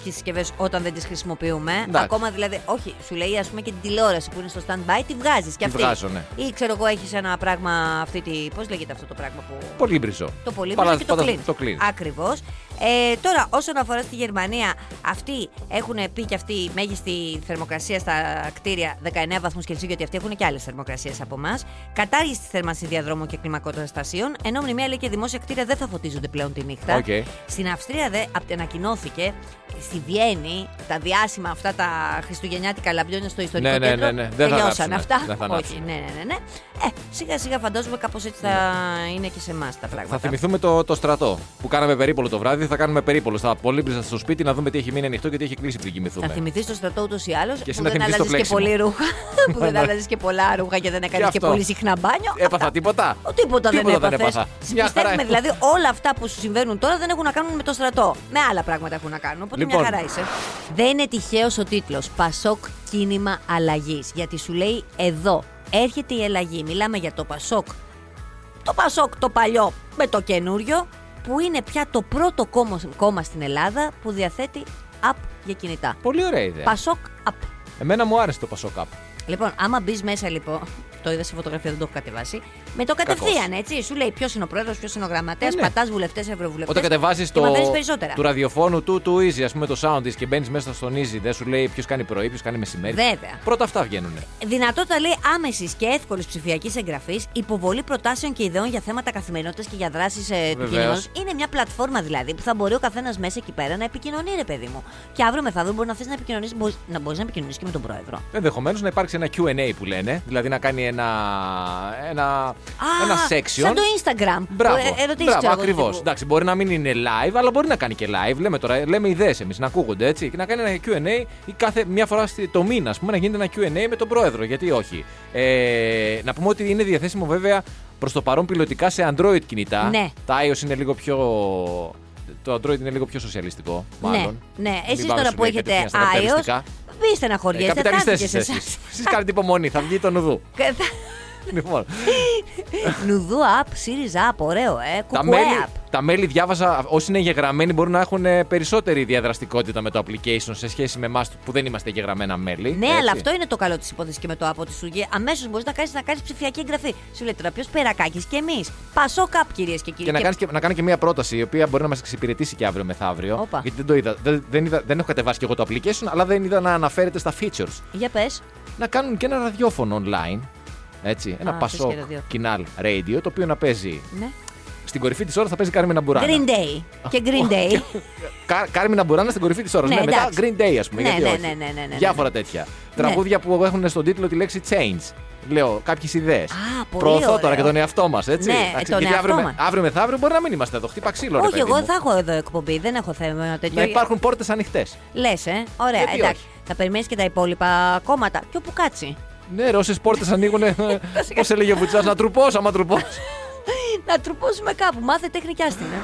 S3: συσκευέ ε, όταν δεν τις χρησιμοποιούμε.
S4: Εντάξει.
S3: Ακόμα δηλαδή, όχι, σου λέει ας πούμε και την τηλεόραση που είναι στο stand-by, τη βγάζεις και
S4: Τη
S3: αυτή.
S4: βγάζω, ναι.
S3: Ή ξέρω εγώ, έχεις ένα πράγμα αυτή τη. Πώς λέγεται αυτό το πράγμα που.
S4: Πολύ μπριζό.
S3: Το πολύ
S4: Παρα-
S3: και το
S4: παρα-
S3: κλείνει.
S4: Το κλείνει.
S3: Ακριβώς. Ε, τώρα, όσον αφορά στη Γερμανία, αυτοί έχουν πει και αυτή η μέγιστη θερμοκρασία στα κτίρια 19 βαθμούς Κελσίου, γιατί αυτοί έχουν και άλλες θερμοκρασίες από εμάς. Κατάργηση της θέρμανσης διαδρόμων και κλιμακοστασίων, ενώ μνημεία λέει και δημόσια κτίρια δεν θα φωτίζονται πλέον τη νύχτα.
S4: Οκ.
S3: Στην Αυστρία δε απ- ανακοινώθηκε στη Βιέννη τα διάσημα αυτά τα χριστουγεννιάτικα λαμπιόνια στο ιστορικό
S4: Ναι, ναι,
S3: κέντρο.
S4: ναι, ναι. Δεν θα
S3: Τελειώσαν
S4: ανάψουνε.
S3: αυτά.
S4: Δεν θα
S3: Όχι,
S4: ανάψουνε.
S3: ναι, ναι, ναι, ναι. Ε, σιγά σιγά φαντάζομαι κάπως έτσι θα είναι και σε εμάς τα πράγματα.
S4: Ε, Θα θυμηθούμε το, το στρατό που κάναμε περίπολο το βράδυ. Θα κάνουμε περίπολο στα πολύμπριζα στο σπίτι να δούμε τι έχει μείνει ανοιχτό και τι έχει κλείσει πριν
S3: Θα
S4: κοιμηθούμε.
S3: θυμηθείς το στρατό ούτως ή άλλως.
S4: εσύ
S3: Που
S4: να
S3: δεν
S4: θυμηθείς
S3: άλλαζε
S4: το
S3: και
S4: πλέξιμο.
S3: πολύ ρούχα. που δεν άλλαζε και πολλά ρούχα και δεν έκανες και,
S4: αυτό.
S3: πολύ συχνά μπάνιο.
S4: Έπαθα τίποτα.
S3: Ο, τίποτα, δεν
S4: Τίποτα δεν
S3: έπαθες.
S4: έπαθα. Μια χαρά είμαι.
S3: δηλαδή όλα αυτά που σου συμβαίνουν τώρα δεν έχουν να κάνουν με το στρατό. Με άλλα πράγματα έχουν να κάνουν. Οπότε
S4: Λοιπόν.
S3: μια χαρά είσαι. Δεν είναι τυχαίος ο τίτλος Πασόκ κίνημα αλλαγής. Γιατί σου λέει εδώ έρχεται η αλλαγή. Μιλάμε για το Πασόκ. Το Πασόκ το παλιό με το καινούριο που είναι πια το πρώτο κόμμα, κόμμα στην Ελλάδα που διαθέτει app για κινητά.
S4: Πολύ ωραία ιδέα.
S3: Πασόκ app.
S4: Εμένα μου άρεσε το Πασόκαπ.
S3: Λοιπόν, άμα μπεις μέσα λοιπόν. Το είδα σε φωτογραφία, δεν το έχω κατεβάσει. Με το κατευθείαν, έτσι. Σου λέει ποιος είναι ο πρόεδρος, ποιος είναι ο γραμματέας,
S4: Ε,
S3: ναι.
S4: ναι.
S3: πατάς βουλευτές, ευρωβουλευτές.
S4: Όταν κατεβάζει το.
S3: μαθαίνεις περισσότερα.
S4: Του ραδιοφώνου του, του Easy, ας πούμε το sound της και μπαίνεις μέσα στον Easy, δεν σου λέει ποιος κάνει πρωί, ποιος κάνει μεσημέρι.
S3: Βέβαια.
S4: Πρώτα αυτά βγαίνουν.
S3: Δυνατότητα λέει άμεσης και εύκολης ψηφιακής εγγραφής, υποβολή προτάσεων και ιδεών για θέματα καθημερινότητας και για δράσεις ε, του
S4: Βεβαίως.
S3: κινήματος. Είναι μια πλατφόρμα δηλαδή που θα μπορεί ο καθένας μέσα εκεί πέρα να επικοινωνεί, ρε παιδί μου. Και αύριο μεθαύριο μπορεί να θες να επικοινωνείς να μπορείς να επικοινωνήσει και με τον πρόεδρο.
S4: Ενδεχομένως να υπάρξει ένα QA που λένε, δηλαδή να κάνει ένα. ένα,
S3: Α,
S4: ένα section.
S3: Σαν το Instagram.
S4: Μπράβο,
S3: Ε, ερωτήσεις,
S4: μπράβο
S3: ξέρω εγώ,
S4: ακριβώς.
S3: τύπου.
S4: Εντάξει, μπορεί να μην είναι live, αλλά μπορεί να κάνει και live. Λέμε τώρα, λέμε ιδέες εμείς, να ακούγονται έτσι. Και να κάνει ένα QA ή κάθε μια φορά στη- το μήνα, ας πούμε, να γίνεται ένα QA με τον πρόεδρο. Γιατί όχι. Ε, να πούμε ότι είναι διαθέσιμο βέβαια προς το παρόν πιλωτικά σε Android κινητά.
S3: Ναι.
S4: Τα iOS είναι λίγο πιο. Το Android είναι λίγο πιο σοσιαλιστικό, μάλλον.
S3: Ναι, ναι.
S4: Μην
S3: εσείς
S4: πάμε
S3: τώρα
S4: σου
S3: που
S4: λέει
S3: έχετε
S4: κατευθείαν στα
S3: iOS,
S4: καπιταλιστικά.
S3: μη
S4: Ε,
S3: στεναχωριέστε, θα
S4: καπιταλιστές
S3: έρθει και σε
S4: είστε
S3: εσάς.
S4: εσείς. Εσείς κάνετε υπομονή, θα βγει το νουδού.
S3: Και θα-
S4: λοιπόν,
S3: Νουδού app, ΣΥΡΙΖΑ app, ωραίο, ε.
S4: τα,
S3: Κουκουέ
S4: μέλη,
S3: app.
S4: τα μέλη διάβαζα, όσοι είναι εγγεγραμμένοι μπορούν να έχουν ε, περισσότερη διαδραστικότητα με το application σε σχέση με εμάς που δεν είμαστε εγγεγραμμένα μέλη.
S3: Ναι,
S4: έτσι.
S3: αλλά αυτό είναι το καλό της υπόθεσης και με το app ότι σου βγει. Αμέσως μπορείς να κάνεις να κάνεις ψηφιακή εγγραφή. Σου λέει τώρα ποιος περακάκι και εμείς. Πασό καπ, κυρίες και κύριοι.
S4: Και να, κάνεις και, να κάνω και μία πρόταση η οποία μπορεί να μας εξυπηρετήσει και αύριο μεθαύριο.
S3: Όπα.
S4: Γιατί δεν το είδα. Δεν, δεν, είδα, δεν έχω κατεβάσει και εγώ το application, αλλά δεν είδα να αναφέρεται στα features.
S3: Για πες.
S4: να κάνουν και ένα ραδιόφωνο online. Έτσι, ένα
S3: Α, θες και
S4: Πασόκ
S3: ραδιόφωνο.
S4: Κοινάλ Radio, το οποίο να παίζει
S3: Ναι.
S4: στη στην κορυφή της ώρας θα παίζει Κάρμινα Μπουράνα.
S3: Green Day. Και Green Day.
S4: Κά, Κάρμινα Μπουράνα στην κορυφή της ώρας.
S3: Ναι,
S4: Ναι, μετά
S3: εντάξει.
S4: Green Day, ας πούμε.
S3: Ναι,
S4: γιατί
S3: ναι,
S4: όχι.
S3: ναι, ναι, ναι, ναι.
S4: Διάφορα τέτοια. Τραγούδια που έχουν στον τίτλο τη λέξη change. Λέω κάποιες ιδέες.
S3: πολύ
S4: Προωθώ τώρα
S3: ωραίο.
S4: και τον εαυτό μας, έτσι.
S3: Ναι,
S4: Εντάξει,
S3: τον
S4: γιατί
S3: εαυτό
S4: αύριο,
S3: μας.
S4: με- αύριο μεθαύριο μπορεί να μην είμαστε εδώ. Χτύπα ξύλο, ρε
S3: Όχι,
S4: παιδί
S3: εγώ
S4: μου.
S3: θα έχω εδώ εκπομπή. Δεν έχω θέμα τέτοιο.
S4: Να υπάρχουν πόρτες ανοιχτές.
S3: Λες, ε. Ωραία,
S4: Γιατί
S3: εντάξει.
S4: όχι.
S3: Θα περιμένεις και τα υπόλοιπα κόμματα. Πιο που κάτσει.
S4: Ναι, ρε, όσες πόρτες ανοίγουν. Πώς έλεγε ο Βουτσάς, να τρουπώ, άμα τρουπώ.
S3: Να τρουπώσουμε κάπου. Μάθε τέχνη και άστινε.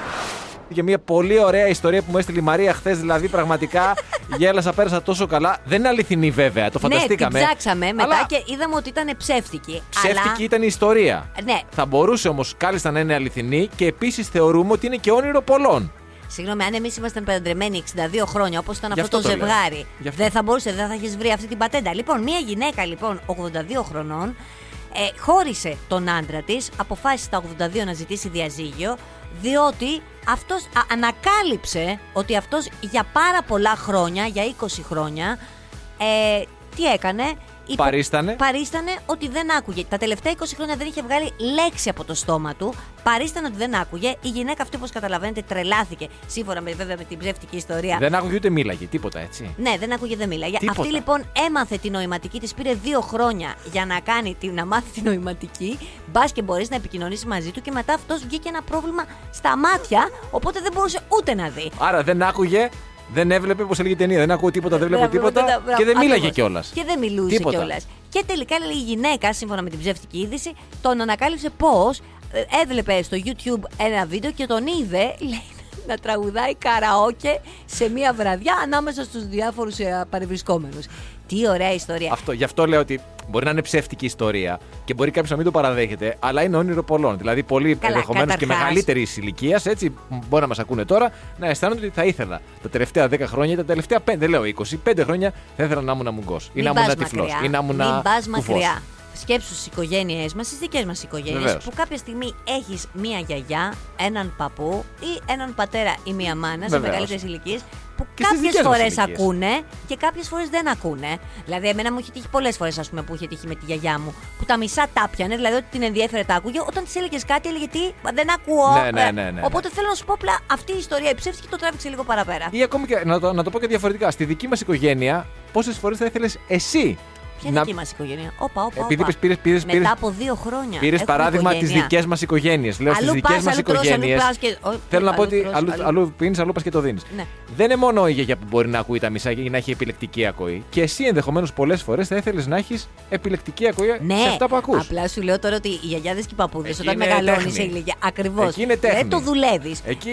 S4: Για μια πολύ ωραία ιστορία που μου έστειλε η Μαρία χθες. Δηλαδή, πραγματικά γέλασα, πέρασα τόσο καλά. Δεν είναι αληθινή, βέβαια, το
S3: ναι, την
S4: φανταστήκαμε.
S3: ψάξαμε μετά
S4: αλλά
S3: και είδαμε ότι ήταν ψεύτικη.
S4: Ψεύτικη
S3: αλλά...
S4: ήταν η ιστορία.
S3: Ναι.
S4: Θα μπορούσε όμως κάλλιστα να είναι αληθινή και επίσης θεωρούμε ότι είναι και όνειρο πολλών.
S3: Συγγνώμη, αν εμείς ήμασταν παντρεμένοι 62 χρόνια, όπως ήταν
S4: Γι'
S3: αυτό,
S4: αυτό
S3: το
S4: το λέω.
S3: ζευγάρι,
S4: Γι' αυτό.
S3: δεν θα μπορούσε, δεν θα έχεις βρει αυτή την πατέντα. Λοιπόν, μία γυναίκα λοιπόν 82 χρονών ε, χώρισε τον άντρα της, αποφάσισε τα 82 να ζητήσει διαζύγιο, διότι αυτός ανακάλυψε ότι αυτός για πάρα πολλά χρόνια, για 20 χρόνια, ε, τι έκανε. υπο-
S4: Παρίστανε.
S3: Παρίστανε ότι δεν άκουγε. Τα τελευταία 20 χρόνια δεν είχε βγάλει λέξη από το στόμα του. Παρίστανε ότι δεν άκουγε. Η γυναίκα αυτή, όπως καταλαβαίνετε, τρελάθηκε. Σύμφωνα με, βέβαια με την ψεύτικη ιστορία.
S4: Δεν άκουγε ούτε μίλαγε, τίποτα έτσι.
S3: Ναι, δεν άκουγε, δεν μίλαγε.
S4: Τίποτα.
S3: Αυτή λοιπόν έμαθε τη νοηματική, της πήρε δύο χρόνια για να, κάνει, τη- να μάθει τη νοηματική. Μπας και μπορείς να επικοινωνήσεις μαζί του και μετά αυτός βγήκε ένα πρόβλημα στα μάτια, οπότε δεν μπορούσε ούτε να δει.
S4: Άρα δεν άκουγε, δεν έβλεπε, όπω έλεγε η ταινία. Δεν ακούω τίποτα, δεν βλέπω
S3: Μπράβο,
S4: τίποτα.
S3: μπράβο,
S4: Και δεν μίλαγε
S3: ακριβώς.
S4: κιόλας.
S3: Και δεν μιλούσε
S4: Τίποτα.
S3: κιόλας. Και τελικά λέει, η γυναίκα, σύμφωνα με την ψεύτικη είδηση, τον ανακάλυψε πώς έβλεπε στο YouTube ένα βίντεο και τον είδε λέει, να τραγουδάει καραόκε σε μία βραδιά ανάμεσα στους διάφορους ε, παρευρισκόμενους. Τι ωραία ιστορία.
S4: Αυτό, γι' αυτό λέω ότι μπορεί να είναι ψεύτικη ιστορία και μπορεί κάποιος να μην το παραδέχεται, αλλά είναι όνειρο πολλών. Δηλαδή, πολλοί
S3: Καλά,
S4: ενδεχομένως και
S3: καταρχάς.
S4: μεγαλύτερης ηλικίας, έτσι, μπορεί να μας ακούνε τώρα, να αισθάνονται ότι θα ήθελα τα τελευταία 10 χρόνια ή τα τελευταία 5, δεν λέω 25 χρόνια, θα ήθελα να ήμουν μουγκό ή
S3: Μην
S4: να
S3: πας
S4: ήμουν τυφλός
S3: μακριά.
S4: ή να ήμουν
S3: Μην πας
S4: κουφός.
S3: μακριά. Σκέψου στις οικογένειές μας, στις δικές μας οικογένειες.
S4: Βεβαίως.
S3: Που κάποια στιγμή έχεις μία γιαγιά, έναν παππού ή έναν πατέρα ή μία μάνα σε
S4: Βεβαίως.
S3: μεγαλύτερες ηλικίες. Που
S4: Και στις
S3: κάποιες
S4: δικές μας
S3: φορές
S4: ηλικίες.
S3: ακούνε και κάποιες φορές δεν ακούνε. Δηλαδή, εμένα μου είχε τύχει πολλές φορές, ας πούμε, που είχε τύχει με τη γιαγιά μου. Που τα μισά τα πιανε, δηλαδή ότι την ενδιέφερε τα άκουγε. Όταν της έλεγες κάτι, έλεγε τι, «Μα δεν ακούω.
S4: Ναι, ναι,
S3: Ε,
S4: ναι, ναι, ναι.
S3: Οπότε θέλω να σου πω απλά αυτή η ιστορία, η ψεύτικη το τράβηξε λίγο παραπέρα.
S4: Ή ακόμη και να το, να το πω και διαφορετικά. Στη δική μας οικογένεια, πόσες φορές θα ήθελες εσύ
S3: Ποια
S4: να
S3: δική μας οικογένεια. Όπα, όπα.
S4: Επειδή
S3: όπα.
S4: είπες, πήρες- πήρες-
S3: Μετά
S4: πήρες-
S3: από δύο χρόνια.
S4: Πήρες
S3: έχουμε
S4: παράδειγμα τις
S3: οικογένεια.
S4: δικές μας οικογένειες. Λέω στις
S3: Αλλού
S4: δικές
S3: πας,
S4: μας
S3: αλλού τρως, αλλού
S4: οικογένειες.
S3: πας και- όχι,
S4: Θέλω να
S3: αλλού
S4: πω ότι
S3: τρως,
S4: αλλού,
S3: αλλού-
S4: αλλού πίνεις, αλλού πας και το δίνεις.
S3: Ναι.
S4: Δεν είναι μόνο η γιαγιά που μπορεί να ακούει τα μισά ή να έχει επιλεκτική ακοή. Και εσύ ενδεχομένως πολλές φορές θα ήθελες να έχεις επιλεκτική ακοή
S3: Ναι,
S4: σε αυτά που ακούς.
S3: απλά σου λέω τώρα ότι οι γιαγιάδες και οι παππούδες
S4: Εκεί
S3: όταν
S4: είναι
S3: μεγαλώνεις
S4: τέχνη.
S3: σε ηλικία. Ακριβώς.
S4: Εκεί είναι τέχνη.
S3: Δεν το δουλεύει.
S4: Εκεί.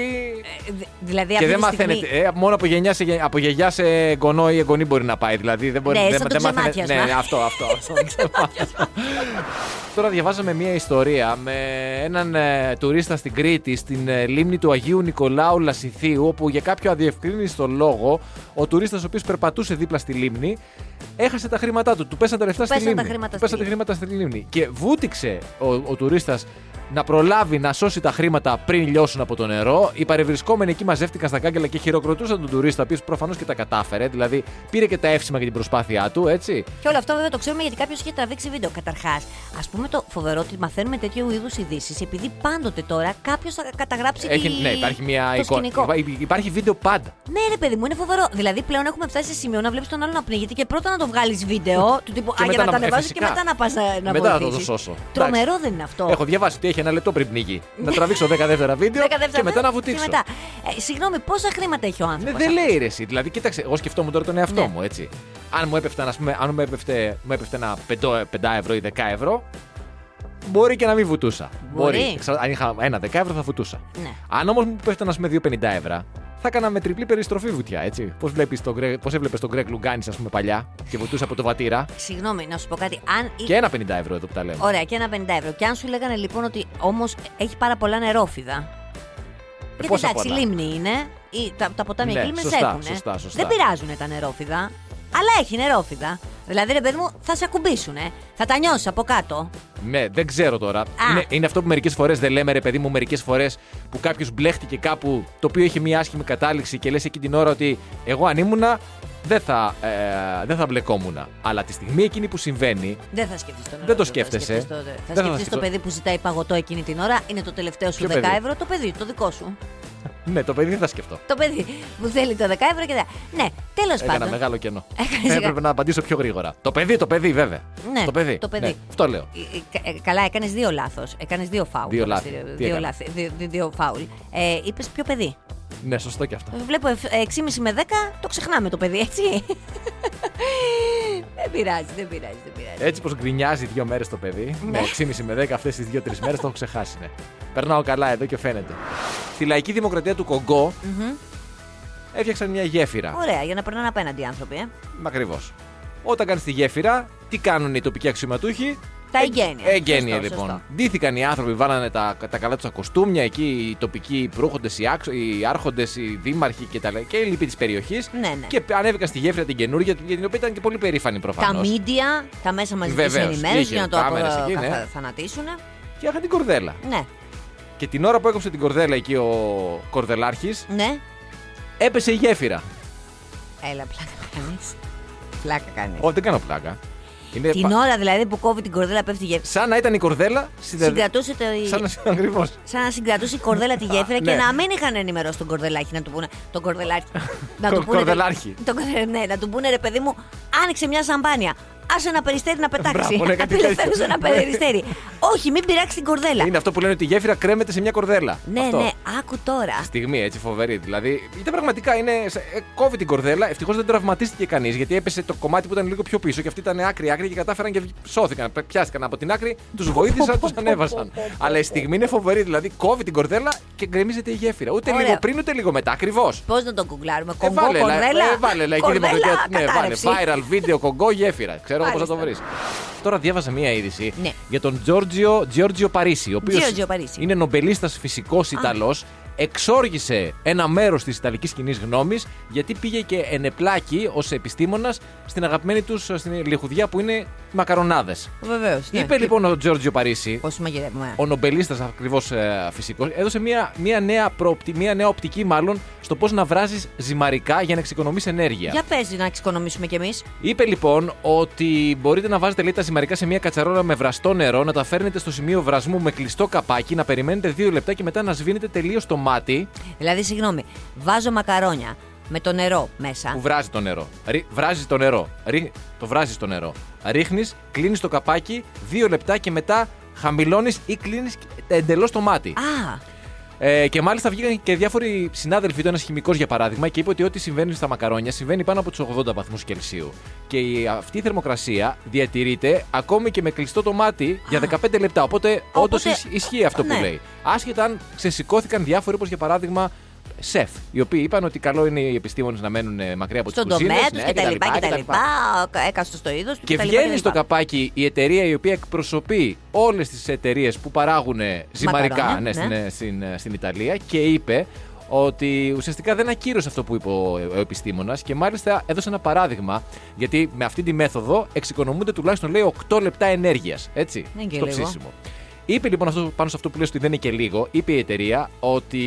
S3: Δηλαδή
S4: και
S3: αυτή
S4: δεν
S3: τη στιγμή-
S4: μαθαίνεται. Ε, μόνο από γενιά, σε, γεν- από γιαγιά σε γονό ή εγγονή μπορεί να πάει. Δηλαδή δεν μπορεί
S3: Ναι,
S4: δεν,
S3: σαν το
S4: δεν μαθαίνε-
S3: ξεμάτιασμα.
S4: Ναι, αυτό, αυτό. Τώρα διαβάζαμε μία ιστορία με έναν ε, τουρίστα στην Κρήτη, στην ε, λίμνη του Αγίου Νικολάου Λασιθίου, όπου για κάποιο αδιευκρίνηστο λόγο ο τουρίστας ο οποίος περπατούσε δίπλα στη λίμνη έχασε τα χρήματά του. Του πέσαν τα λεφτά στη
S3: πέσαν τα
S4: λίμνη.
S3: χρήματα
S4: Του
S3: στη
S4: πέσαν τα
S3: λίμνη.
S4: χρήματα στη λίμνη. Και βούτυξε ο, ο τουρίστας να προλάβει να σώσει τα χρήματα πριν λιώσουν από το νερό. Οι παρευρισκόμενοι εκεί μαζεύτηκαν στα κάγκελα και χειροκροτούσαν τον τουρίστα, ο οποίος προφανώς και τα κατάφερε. Δηλαδή πήρε και τα εύσημα για την προσπάθειά του, έτσι.
S3: Και όλο αυτό βέβαια το ξέρουμε γιατί κάποιος είχε τραβήξει βίντεο. Καταρχάς, ας πούμε το φοβερό ότι μαθαίνουμε τέτοιου είδους ειδήσεις, επειδή πάντοτε τώρα κάποιος θα καταγράψει.
S4: Έχει,
S3: τη-
S4: ναι, υπάρχει μια
S3: το
S4: εικόνα.
S3: σκηνικό.
S4: Υπά- Υπάρχει βίντεο πάντα.
S3: Ναι, ρε παιδί μου, είναι φοβερό. Δηλαδή πλέον έχουμε φτάσει σε σημείο να βλέπεις τον άλλον να πνίγεται και πρώτα να το βγάλεις βίντεο του τύπου
S4: Και
S3: Α, για να
S4: μετά
S3: τα
S4: να- ε,
S3: ανεβάζω και
S4: φυσικά.
S3: μετά να πας να, να
S4: Μετά να το
S3: βοηθήσεις.
S4: σώσω.
S3: Τρομερό
S4: Εντάξει.
S3: δεν είναι αυτό.
S4: Έχω διαβάσει ότι έχει ένα λεπτό πριν πνίγει. να τραβήξω 10 δεύτερα βίντεο
S3: Δέκα δεύτερα
S4: και μετά
S3: βίντεο
S4: να βουτήξω.
S3: και μετά. Ε, συγγνώμη, πόσα χρήματα έχει ο
S4: Ναι,
S3: άνθρωπο.
S4: δεν λέει ρε, εσύ. Δηλαδή, κοίταξε, εγώ σκεφτόμουν τώρα τον εαυτό
S3: Ναι.
S4: μου, έτσι. Αν μου έπεφταν, ας πούμε, αν μου έπεφτε, μου έπεφτε ένα 5, ευρώ ή 10 ευρώ, μπορεί και να μην βουτούσα.
S3: Μπορεί.
S4: Εξα- Αν είχα ένα 10 ευρώ θα βουτούσα.
S3: Ναι.
S4: Αν όμως μου πέφτανε, ας πούμε, 2,50 ευρώ, θα έκανα με τριπλή περιστροφή βουτιά, έτσι. Πώς έβλεπε τον Γκρέκ Λουγκάνη, ας πούμε, παλιά και βουτούσε από το βατήρα.
S3: Συγγνώμη, να σου πω κάτι. Αν...
S4: Και ένα 50 ευρώ εδώ που τα λέμε.
S3: Ωραία, και ένα 50 ευρώ. Και αν σου λέγανε λοιπόν ότι όμως έχει πάρα πολλά νερόφιδα.
S4: Ε,
S3: Γιατί
S4: πόσα
S3: εντάξει,
S4: πολλά.
S3: λίμνη είναι. Ή, τα, τα ποτάμια
S4: Ναι,
S3: και λίμνε
S4: σωστά,
S3: έχουν.
S4: σωστά, σωστά.
S3: Δεν πειράζουν τα νερόφιδα. Αλλά έχει νερόφιδα. Δηλαδή, ρε παιδί μου, θα σε ακουμπήσουν. Θα τα νιώσεις από κάτω.
S4: Ναι, δεν ξέρω τώρα. Είναι, είναι αυτό που μερικές φορές δεν λέμε, ρε παιδί μου, μερικές φορές που κάποιος μπλέχτηκε κάπου το οποίο είχε μια άσχημη κατάληξη και λες εκεί την ώρα ότι εγώ αν ήμουνα δεν θα, ε, δεν θα μπλεκόμουν. Αλλά τη στιγμή εκείνη που συμβαίνει,
S3: Δεν θα σκεφτείς τον
S4: Δεν το σκέφτεσαι.
S3: Θα σκεφτεί
S4: Δεν
S3: το, θα
S4: θα
S3: σκεφτείς
S4: σκεφτώ.
S3: το παιδί που ζητάει παγωτό εκείνη την ώρα. Είναι το τελευταίο σου
S4: Ποιο
S3: 10
S4: παιδί?
S3: ευρώ. Το παιδί, το δικό σου.
S4: ναι, το παιδί δεν θα σκεφτώ.
S3: Το παιδί που θέλει το 10 ευρώ και τα. Ναι, τέλος
S4: Έκανα
S3: πάντων.
S4: μεγάλο κενό. Ε,
S3: Έκανες
S4: Έπρεπε
S3: μεγάλο-
S4: να απαντήσω πιο γρήγορα. Το παιδί, το παιδί, βέβαια.
S3: Ναι,
S4: το παιδί.
S3: το παιδί.
S4: Ναι, αυτό λέω.
S3: Ε, ε, κα- ε, Καλά, έκανες δύο λάθος. Έκανες δύο φάουλ.
S4: Δύο λάθη.
S3: Δύο,
S4: Τι έκανα?
S3: λάθη. Δύο, δύο- δύο φάουλ. Ε, Είπες πιο παιδί.
S4: Ναι, σωστό και αυτό.
S3: Βλέπω εφ- ε, 6,5 με 10, το ξεχνάμε το παιδί, έτσι. δεν πειράζει, δεν πειράζει, δεν πειράζει.
S4: Έτσι πως γκρινιάζει δύο μέρες το παιδί,
S3: Ναι.
S4: με 6,5 με 10 αυτές τις δύο-τρει μέρες το έχω ξεχάσει. Ναι. Περνάω καλά εδώ και φαίνεται. Στη Λαϊκή Δημοκρατία του κογκο έφτιαξαν μια γέφυρα.
S3: Ωραία, για να περνάνε απέναντι οι άνθρωποι. Ε.
S4: Ακριβώς. Όταν κάνεις τη γέφυρα, τι κάνουν οι τοπικοί αξιωματούχοι.
S3: Τα
S4: Ε-
S3: εγγένεια.
S4: Εγγένεια
S3: Σωστό,
S4: λοιπόν.
S3: σωστό.
S4: Ντύθηκαν οι άνθρωποι, βάλανε τα, τα καλά τους κοστούμια εκεί, οι τοπικοί προύχοντες, οι, άξο- οι άρχοντες, οι δήμαρχοι και, τα, λε- και οι λοιποί της περιοχής.
S3: Ναι, ναι.
S4: Και ανέβηκαν στη γέφυρα την καινούργια, για την οποία ήταν και πολύ περήφανοι
S3: Τα
S4: προφανώ.
S3: μίντια, τα μέσα μαζικής
S4: Βεβαίως,
S3: ενημέρωσης
S4: είχε
S3: για να το
S4: κάμερες εκεί, ναι.
S3: αποθανατήσουν.
S4: Και είχαν την κορδέλα.
S3: Ναι,
S4: Και την ώρα που έκοψε την κορδέλα εκεί ο κορδελάρχης,
S3: ναι.
S4: έπεσε η γέφυρα.
S3: Έλα, πλάκα κάνεις. Πλάκα κάνεις.
S4: Ω, δεν κάνω πλάκα. Είναι
S3: Την
S4: ε, πα-
S3: ώρα δηλαδή που κόβει την κορδέλα πέφτει η γέφυρα.
S4: Σαν να ήταν η κορδέλα συνδεδεμένη.
S3: Συγκρατούσε το... η-
S4: Σαν να ακριβώς.
S3: σαν να συγκρατούσε η κορδέλα τη γέφυρα και
S4: ναι.
S3: να μην είχαν ενημερώσει τον κορδελάκι να του πούνε. Τον κορδελάκι. να
S4: Κορ- κορδελάρχη.
S3: Τον, κορδε- ναι, να του πούνε ρε παιδί μου, άνοιξε μια σαμπάνια. Άσε ένα περιστέρι να πετάξει.
S4: Μπράβο, ναι, κάτι
S3: Απελευθέρωσε
S4: τέτοιο.
S3: ένα περιστέρι. Όχι, μην πειράξει την κορδέλα.
S4: Είναι αυτό που λένε ότι η γέφυρα κρέμεται σε μια κορδέλα.
S3: Ναι,
S4: αυτό.
S3: ναι, άκου τώρα.
S4: Στιγμή έτσι φοβερή. Δηλαδή ήταν πραγματικά. Είναι, σε- ε, κόβει την κορδέλα. Ευτυχώς δεν τραυματίστηκε κανείς γιατί έπεσε το κομμάτι που ήταν λίγο πιο πίσω και αυτοί ήταν άκρη-άκρη και κατάφεραν και βγ- σώθηκαν. πε- Πιάστηκαν από την άκρη, τους βοήθησαν, τους ανέβασαν. Αλλά η στιγμή είναι φοβερή. Δηλαδή κόβει την κορδέλα και γκρεμίζεται η γέφυρα. Ούτε
S3: Ωραία.
S4: λίγο πριν ούτε λίγο μετά. Ακριβώς.
S3: Πώς να τον κουγκλάρουμε,
S4: Ε,
S3: κογκό,
S4: βάλε, λα-
S3: κορδέλα.
S4: ε, βάλε λαϊκή
S3: κορδέλα,
S4: δημοκρατία. Ναι, βάλε.
S3: κατάρρευση.
S4: Viral video, κογκό, γέφυρα. Ξέρω εγώ πώς θα το βρει.
S3: Μάλιστα.
S4: Τώρα διάβασα μία είδηση
S3: Ναι.
S4: για τον Τζόρτζιο, Τζόρτζιο Παρίσι. Ο οποίος
S3: Giorgio Parisi.
S4: είναι νομπελίστας φυσικός Ιταλός. Εξόργησε ένα μέρος της Ιταλικής κοινής γνώμης γιατί πήγε και ενεπλάκη ως επιστήμονας στην αγαπημένη τους στην λιχουδιά που είναι μακαρονάδες.
S3: Βεβαίως.
S4: Είπε λοιπόν ο Τζόρτζιο Παρίσι,
S3: Πώς ναι. μαγειρεύουμε.
S4: ο νομπελίστας ακριβώς ε, φυσικός, έδωσε μια, μια, νέα προοπτη, μια νέα οπτική μάλλον στο πώς να βράζεις ζυμαρικά για να εξοικονομείς ενέργεια.
S3: Για παίζει να εξοικονομήσουμε κι εμείς.
S4: Είπε λοιπόν ότι μπορείτε να βάζετε λέει, τα ζυμαρικά σε μια κατσαρόλα με βραστό νερό, να τα φέρνετε στο σημείο βρασμού με κλειστό καπάκι, να περιμένετε δύο λεπτά και μετά να σβήνετε τελείως το μάτι
S3: Δηλαδή, συγγνώμη, βάζω μακαρόνια με το νερό μέσα.
S4: που βράζει το νερό. Ρι... Βράζει το νερό. Ρι... Το βράζει το νερό. Ρίχνεις, κλείνεις το καπάκι, δύο λεπτά και μετά χαμηλώνεις ή κλείνεις εντελώς το μάτι.
S3: Α,
S4: Ε, και μάλιστα βγήκαν και διάφοροι συνάδελφοι του, ένας χημικός για παράδειγμα, και είπε ότι ό,τι συμβαίνει στα μακαρόνια συμβαίνει πάνω από τους 80 βαθμούς Κελσίου. Και η, αυτή η θερμοκρασία διατηρείται ακόμη και με κλειστό το μάτι για 15 λεπτά. Οπότε, όντως
S3: Οπότε-
S4: ισχύει αυτό
S3: ναι.
S4: που λέει. Άσχετα αν ξεσηκώθηκαν διάφοροι, όπως για παράδειγμα σεφ, οι οποίοι είπαν ότι καλό είναι οι επιστήμονες να μένουν ε, μακριά από τις
S3: στον
S4: κουζίνες.
S3: τομέα του
S4: ναι,
S3: και τα λοιπά και τα
S4: κτλ.
S3: λοιπά. Έκαστος στο είδος του
S4: Και
S3: τα λοιπά
S4: βγαίνει στο
S3: λοιπά.
S4: καπάκι η εταιρεία η οποία εκπροσωπεί όλες τις εταιρείες που παράγουν ζυμαρικά
S3: Μακαρόνια, ναι.
S4: ναι, Στην, ε, στην, ε, στην Ιταλία και είπε ότι ουσιαστικά δεν ακύρωσε αυτό που είπε ο, ο επιστήμονας και μάλιστα έδωσε ένα παράδειγμα. Γιατί με αυτή τη μέθοδο εξοικονομούνται τουλάχιστον λέει 8 λεπτά ενέργειας. Έτσι.
S3: Είναι Ναι, και
S4: στο
S3: λίγο.
S4: ψήσιμο. Είπε λοιπόν αυτό, πάνω σε αυτό που λες ότι δεν είναι και λίγο, είπε η εταιρεία ότι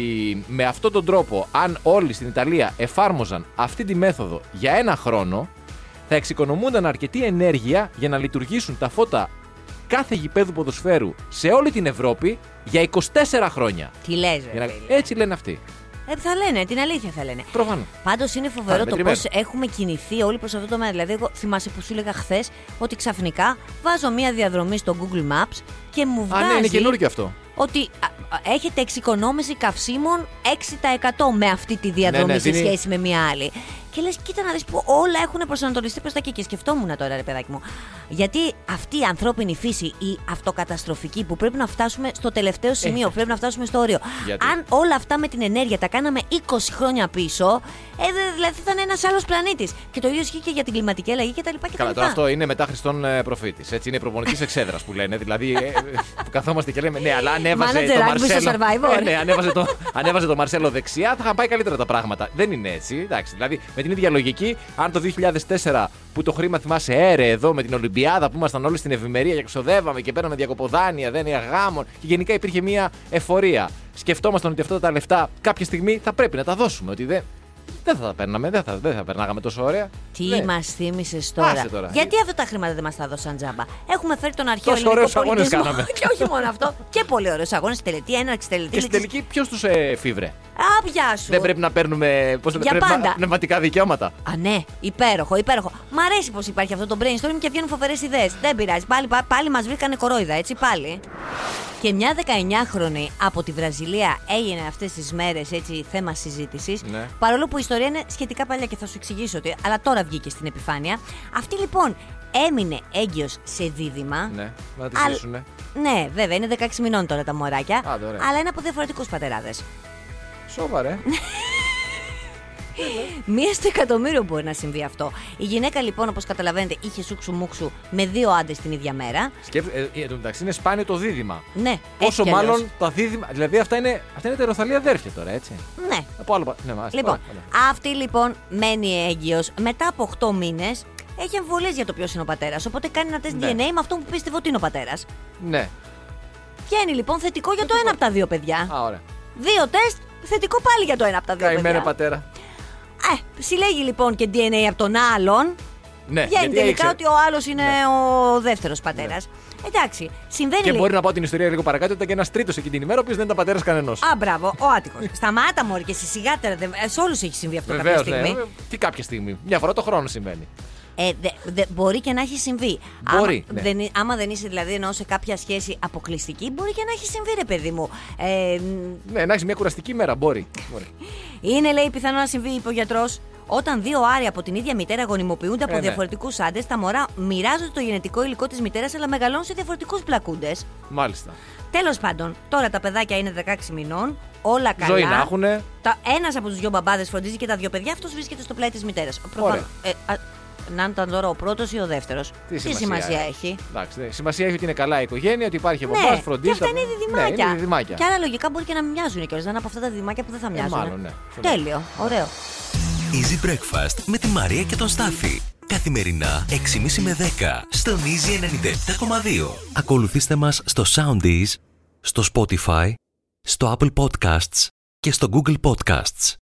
S4: με αυτόν τον τρόπο, αν όλοι στην Ιταλία εφάρμοζαν αυτή τη μέθοδο για ένα χρόνο, θα εξοικονομούνταν αρκετή ενέργεια για να λειτουργήσουν τα φώτα κάθε γηπέδου ποδοσφαίρου σε όλη την Ευρώπη για 24 χρόνια.
S3: Τι λες, ρε.
S4: Για να-
S3: φίλε.
S4: Έτσι λένε αυτοί.
S3: Ε, θα λένε, την αλήθεια θα λένε.
S4: Προφανώς.
S3: Πάντως είναι φοβερό
S4: Πάμε,
S3: το πώ
S4: τριμμένο.
S3: έχουμε κινηθεί όλοι προς αυτό το τομέα. Δηλαδή, εγώ θυμάσαι που σου έλεγα χθες ότι ξαφνικά βάζω μία διαδρομή στο Google Maps και μου
S4: Α,
S3: βγάζει.
S4: ναι, είναι καινούργιο αυτό.
S3: ότι α, α, έχετε εξοικονόμηση καυσίμων 6% με αυτή τη διαδρομή
S4: Ναι, ναι,
S3: σε
S4: δίνει-
S3: σχέση με μια άλλη. Και λες, κοίτα να δεις που όλα έχουν προσανατολιστεί προς τα εκεί. Και σκεφτόμουν τώρα, ρε παιδάκι μου. Γιατί αυτή η ανθρώπινη φύση, η αυτοκαταστροφική, που πρέπει να φτάσουμε στο τελευταίο σημείο, πρέπει να φτάσουμε στο όριο.
S4: Ε. Γιατί?
S3: Αν όλα αυτά με την ενέργεια τα κάναμε 20 χρόνια πίσω, ε, δε- δηλαδή θα ήταν ένας άλλος πλανήτης. Και το ίδιο ισχύει και για την κλιματική αλλαγή κτλ.
S4: Καλά, τώρα αυτό είναι μετά Χριστόν ε, προφήτης. Έτσι είναι προπονητής εξέδρας που λένε. Δηλαδή, ε, ε, που καθόμαστε και λέμε, ναι, αλλά ανέβαζε
S3: Manager
S4: το
S3: rugby
S4: Μαρσέλο.
S3: στο Survivor.
S4: Ε, ναι, ανέβαζε το, ανέβαζε το Μαρσέλο δεξιά, θα είχαν πάει καλύτερα τα πράγματα. Δεν είναι έτσι. Εντάξει, δηλαδή, με με την ίδια λογική, αν το 2004 που το χρήμα θυμάσαι έρε εδώ με την Ολυμπιάδα που ήμασταν όλοι στην ευημερία και ξοδεύαμε και παίρναμε διακοποδάνεια, δένεια γάμων και γενικά υπήρχε μια εφορία. Σκεφτόμασταν ότι αυτά τα λεφτά κάποια στιγμή θα πρέπει να τα δώσουμε. Ότι δεν, δεν θα τα παίρναμε, δεν θα, δεν θα περνάγαμε τόσο ωραία.
S3: Τι
S4: Ναι.
S3: μας θύμισες τώρα.
S4: Άσε τώρα.
S3: Γιατί αυτά τα χρήματα δεν μας τα δώσαν τζάμπα. Έχουμε φέρει τον αρχαίο
S4: Τόσο
S3: ελληνικό
S4: ωραίους αγώνες
S3: πολιτισμό.
S4: κάναμε.
S3: και όχι μόνο αυτό. Και πολύ ωραίους αγώνες. Τελετή, έναρξη, τελετή.
S4: Και στην
S3: λήξη.
S4: τελική, ποιος τους ε, φίβρε.
S3: Α, πιά σου.
S4: Δεν πρέπει να παίρνουμε πώς λέτε,
S3: Για
S4: πνευμα-
S3: πάντα.
S4: πνευματικά δικαιώματα.
S3: Α, ναι, υπέροχο, υπέροχο. Μ' αρέσει πως υπάρχει αυτό το brainstorming και βγαίνουν φοβερές ιδέες. Δεν πειράζει. Πάλι, πα- πάλι μας βρήκανε κορόιδα, έτσι πάλι. Και μια 19χρονη από τη Βραζιλία έγινε αυτές τις μέρες θέμα συζήτησης.
S4: Ναι.
S3: Παρόλο που η ιστορία είναι σχετικά παλιά και θα σου εξηγήσω ότι. Αλλά τώρα βγήκε στην επιφάνεια. Αυτή λοιπόν έμεινε έγκυος σε δίδυμα.
S4: Ναι, να τη
S3: Αλλά-
S4: ζήσουνε.
S3: Ναι, βέβαια, είναι 16 μηνών τώρα τα μωράκια.
S4: Άντε, ωραία.
S3: αλλά είναι από διαφορετικούς πατεράδες.
S4: Σοβαρέ.
S3: Ναι. Μία στο εκατομμύριο μπορεί να συμβεί αυτό. Η γυναίκα λοιπόν, όπως καταλαβαίνετε, είχε σούξου μουξου με δύο άντρες την ίδια μέρα.
S4: Σκέφτε, ε, εν τω μεταξύ είναι σπάνιο το δίδυμα.
S3: Ναι, έτσι
S4: Πόσο
S3: κι αλλιώς.
S4: μάλλον τα δίδυμα. Δηλαδή αυτά είναι, αυτά είναι τεροθαλή αδέρφια τώρα, έτσι.
S3: Ναι.
S4: Από άλλο. πα- Ναι, μάλιστα.
S3: Λοιπόν,
S4: Ωραία, ωραία.
S3: αυτή λοιπόν μένει έγκυος μετά από 8 μήνες. Έχει εμβολέ για το ποιος είναι ο πατέρας. Οπότε κάνει ένα τεστ
S4: Ναι.
S3: DNA με αυτό που πίστευε ότι είναι ο πατέρας.
S4: Ναι.
S3: Βγαίνει λοιπόν θετικό για το ένα από τα δύο παιδιά.
S4: Α, ωραία.
S3: Δύο τεστ, θετικό πάλι για το ένα από τα δύο
S4: Καημένε
S3: Ναι, παιδιά.
S4: πατέρα.
S3: Ε, συλλέγει λοιπόν και DNA από τον άλλον.
S4: Ναι,
S3: Βγαίνει
S4: γιατί
S3: τελικά
S4: ήξερε.
S3: ότι ο άλλος είναι ο δεύτερος πατέρας. Εντάξει, συμβαίνει.
S4: Ναι. Και
S3: λίγο-
S4: μπορεί να πάω την ιστορία λίγο παρακάτω ότι ήταν και ένας τρίτος εκείνη την ημέρα, ο οποίος δεν ήταν πατέρας κανενός.
S3: Α, μπράβο, ο άτυχος. Σταμάτα μωρή και εσύ σιγά τώρα. δεν- ε, Σε όλους έχει συμβεί αυτό κάποια
S4: Βεβαίω, ναι.
S3: στιγμή.
S4: Τι κάποια στιγμή. Μια φορά το χρόνο συμβαίνει.
S3: Ε, δε, δε- μπορεί και να έχει συμβεί.
S4: Μπορεί,
S3: Άμα,
S4: ναι.
S3: δεν, εί- άμα δεν είσαι δηλαδή εννοώ σε κάποια σχέση αποκλειστική, μπορεί και να έχει συμβεί, ρε παιδί μου. Ε, μ,
S4: Ναι, να έχεις μια κουραστική μέρα. Μπορεί. μπορεί.
S3: είναι, λέει, πιθανό να συμβεί, είπε ο γιατρός. Όταν δύο άρια από την ίδια μητέρα γονιμοποιούνται από
S4: Ε, ναι.
S3: διαφορετικούς άντρες, τα μωρά μοιράζονται το γενετικό υλικό της μητέρας, αλλά μεγαλώνουν σε διαφορετικούς πλακούντες.
S4: Μάλιστα.
S3: Τέλος πάντων, τώρα τα παιδάκια είναι 16 μηνών, όλα καλά.
S4: Ζωή να έχουνε.
S3: Ένας από τους δύο μπαμπάδες φροντίζει και τα δύο παιδιά, αυτός βρίσκεται στο πλάι της μητέρας.
S4: Ωραία.
S3: Ε, να ήταν τώρα ο πρώτος ή ο δεύτερος.
S4: Τι σημασία, ε.
S3: έχει.
S4: Εντάξει, ναι. Σημασία έχει ότι είναι καλά η οικογένεια, ότι υπάρχει από
S3: Ναι,
S4: φροντίζει.
S3: και αυτά είναι
S4: τα- Ναι,
S3: διδυμάκια.
S4: είναι διδυμάκια.
S3: Και άλλα λογικά μπορεί και να μην μοιάζουν κιόλας. Να είναι από αυτά τα διδυμάκια που δεν θα μοιάζουν.
S4: μάλλον, ναι.
S3: Τέλειο, ωραίο.
S2: Easy Breakfast με τη Μαρία και τον Στάφη. Καθημερινά 6.30 με 10 στον Easy 97.2. Ακολουθήστε μας στο Soundees, στο Spotify, στο Apple Podcasts και στο Google Podcasts.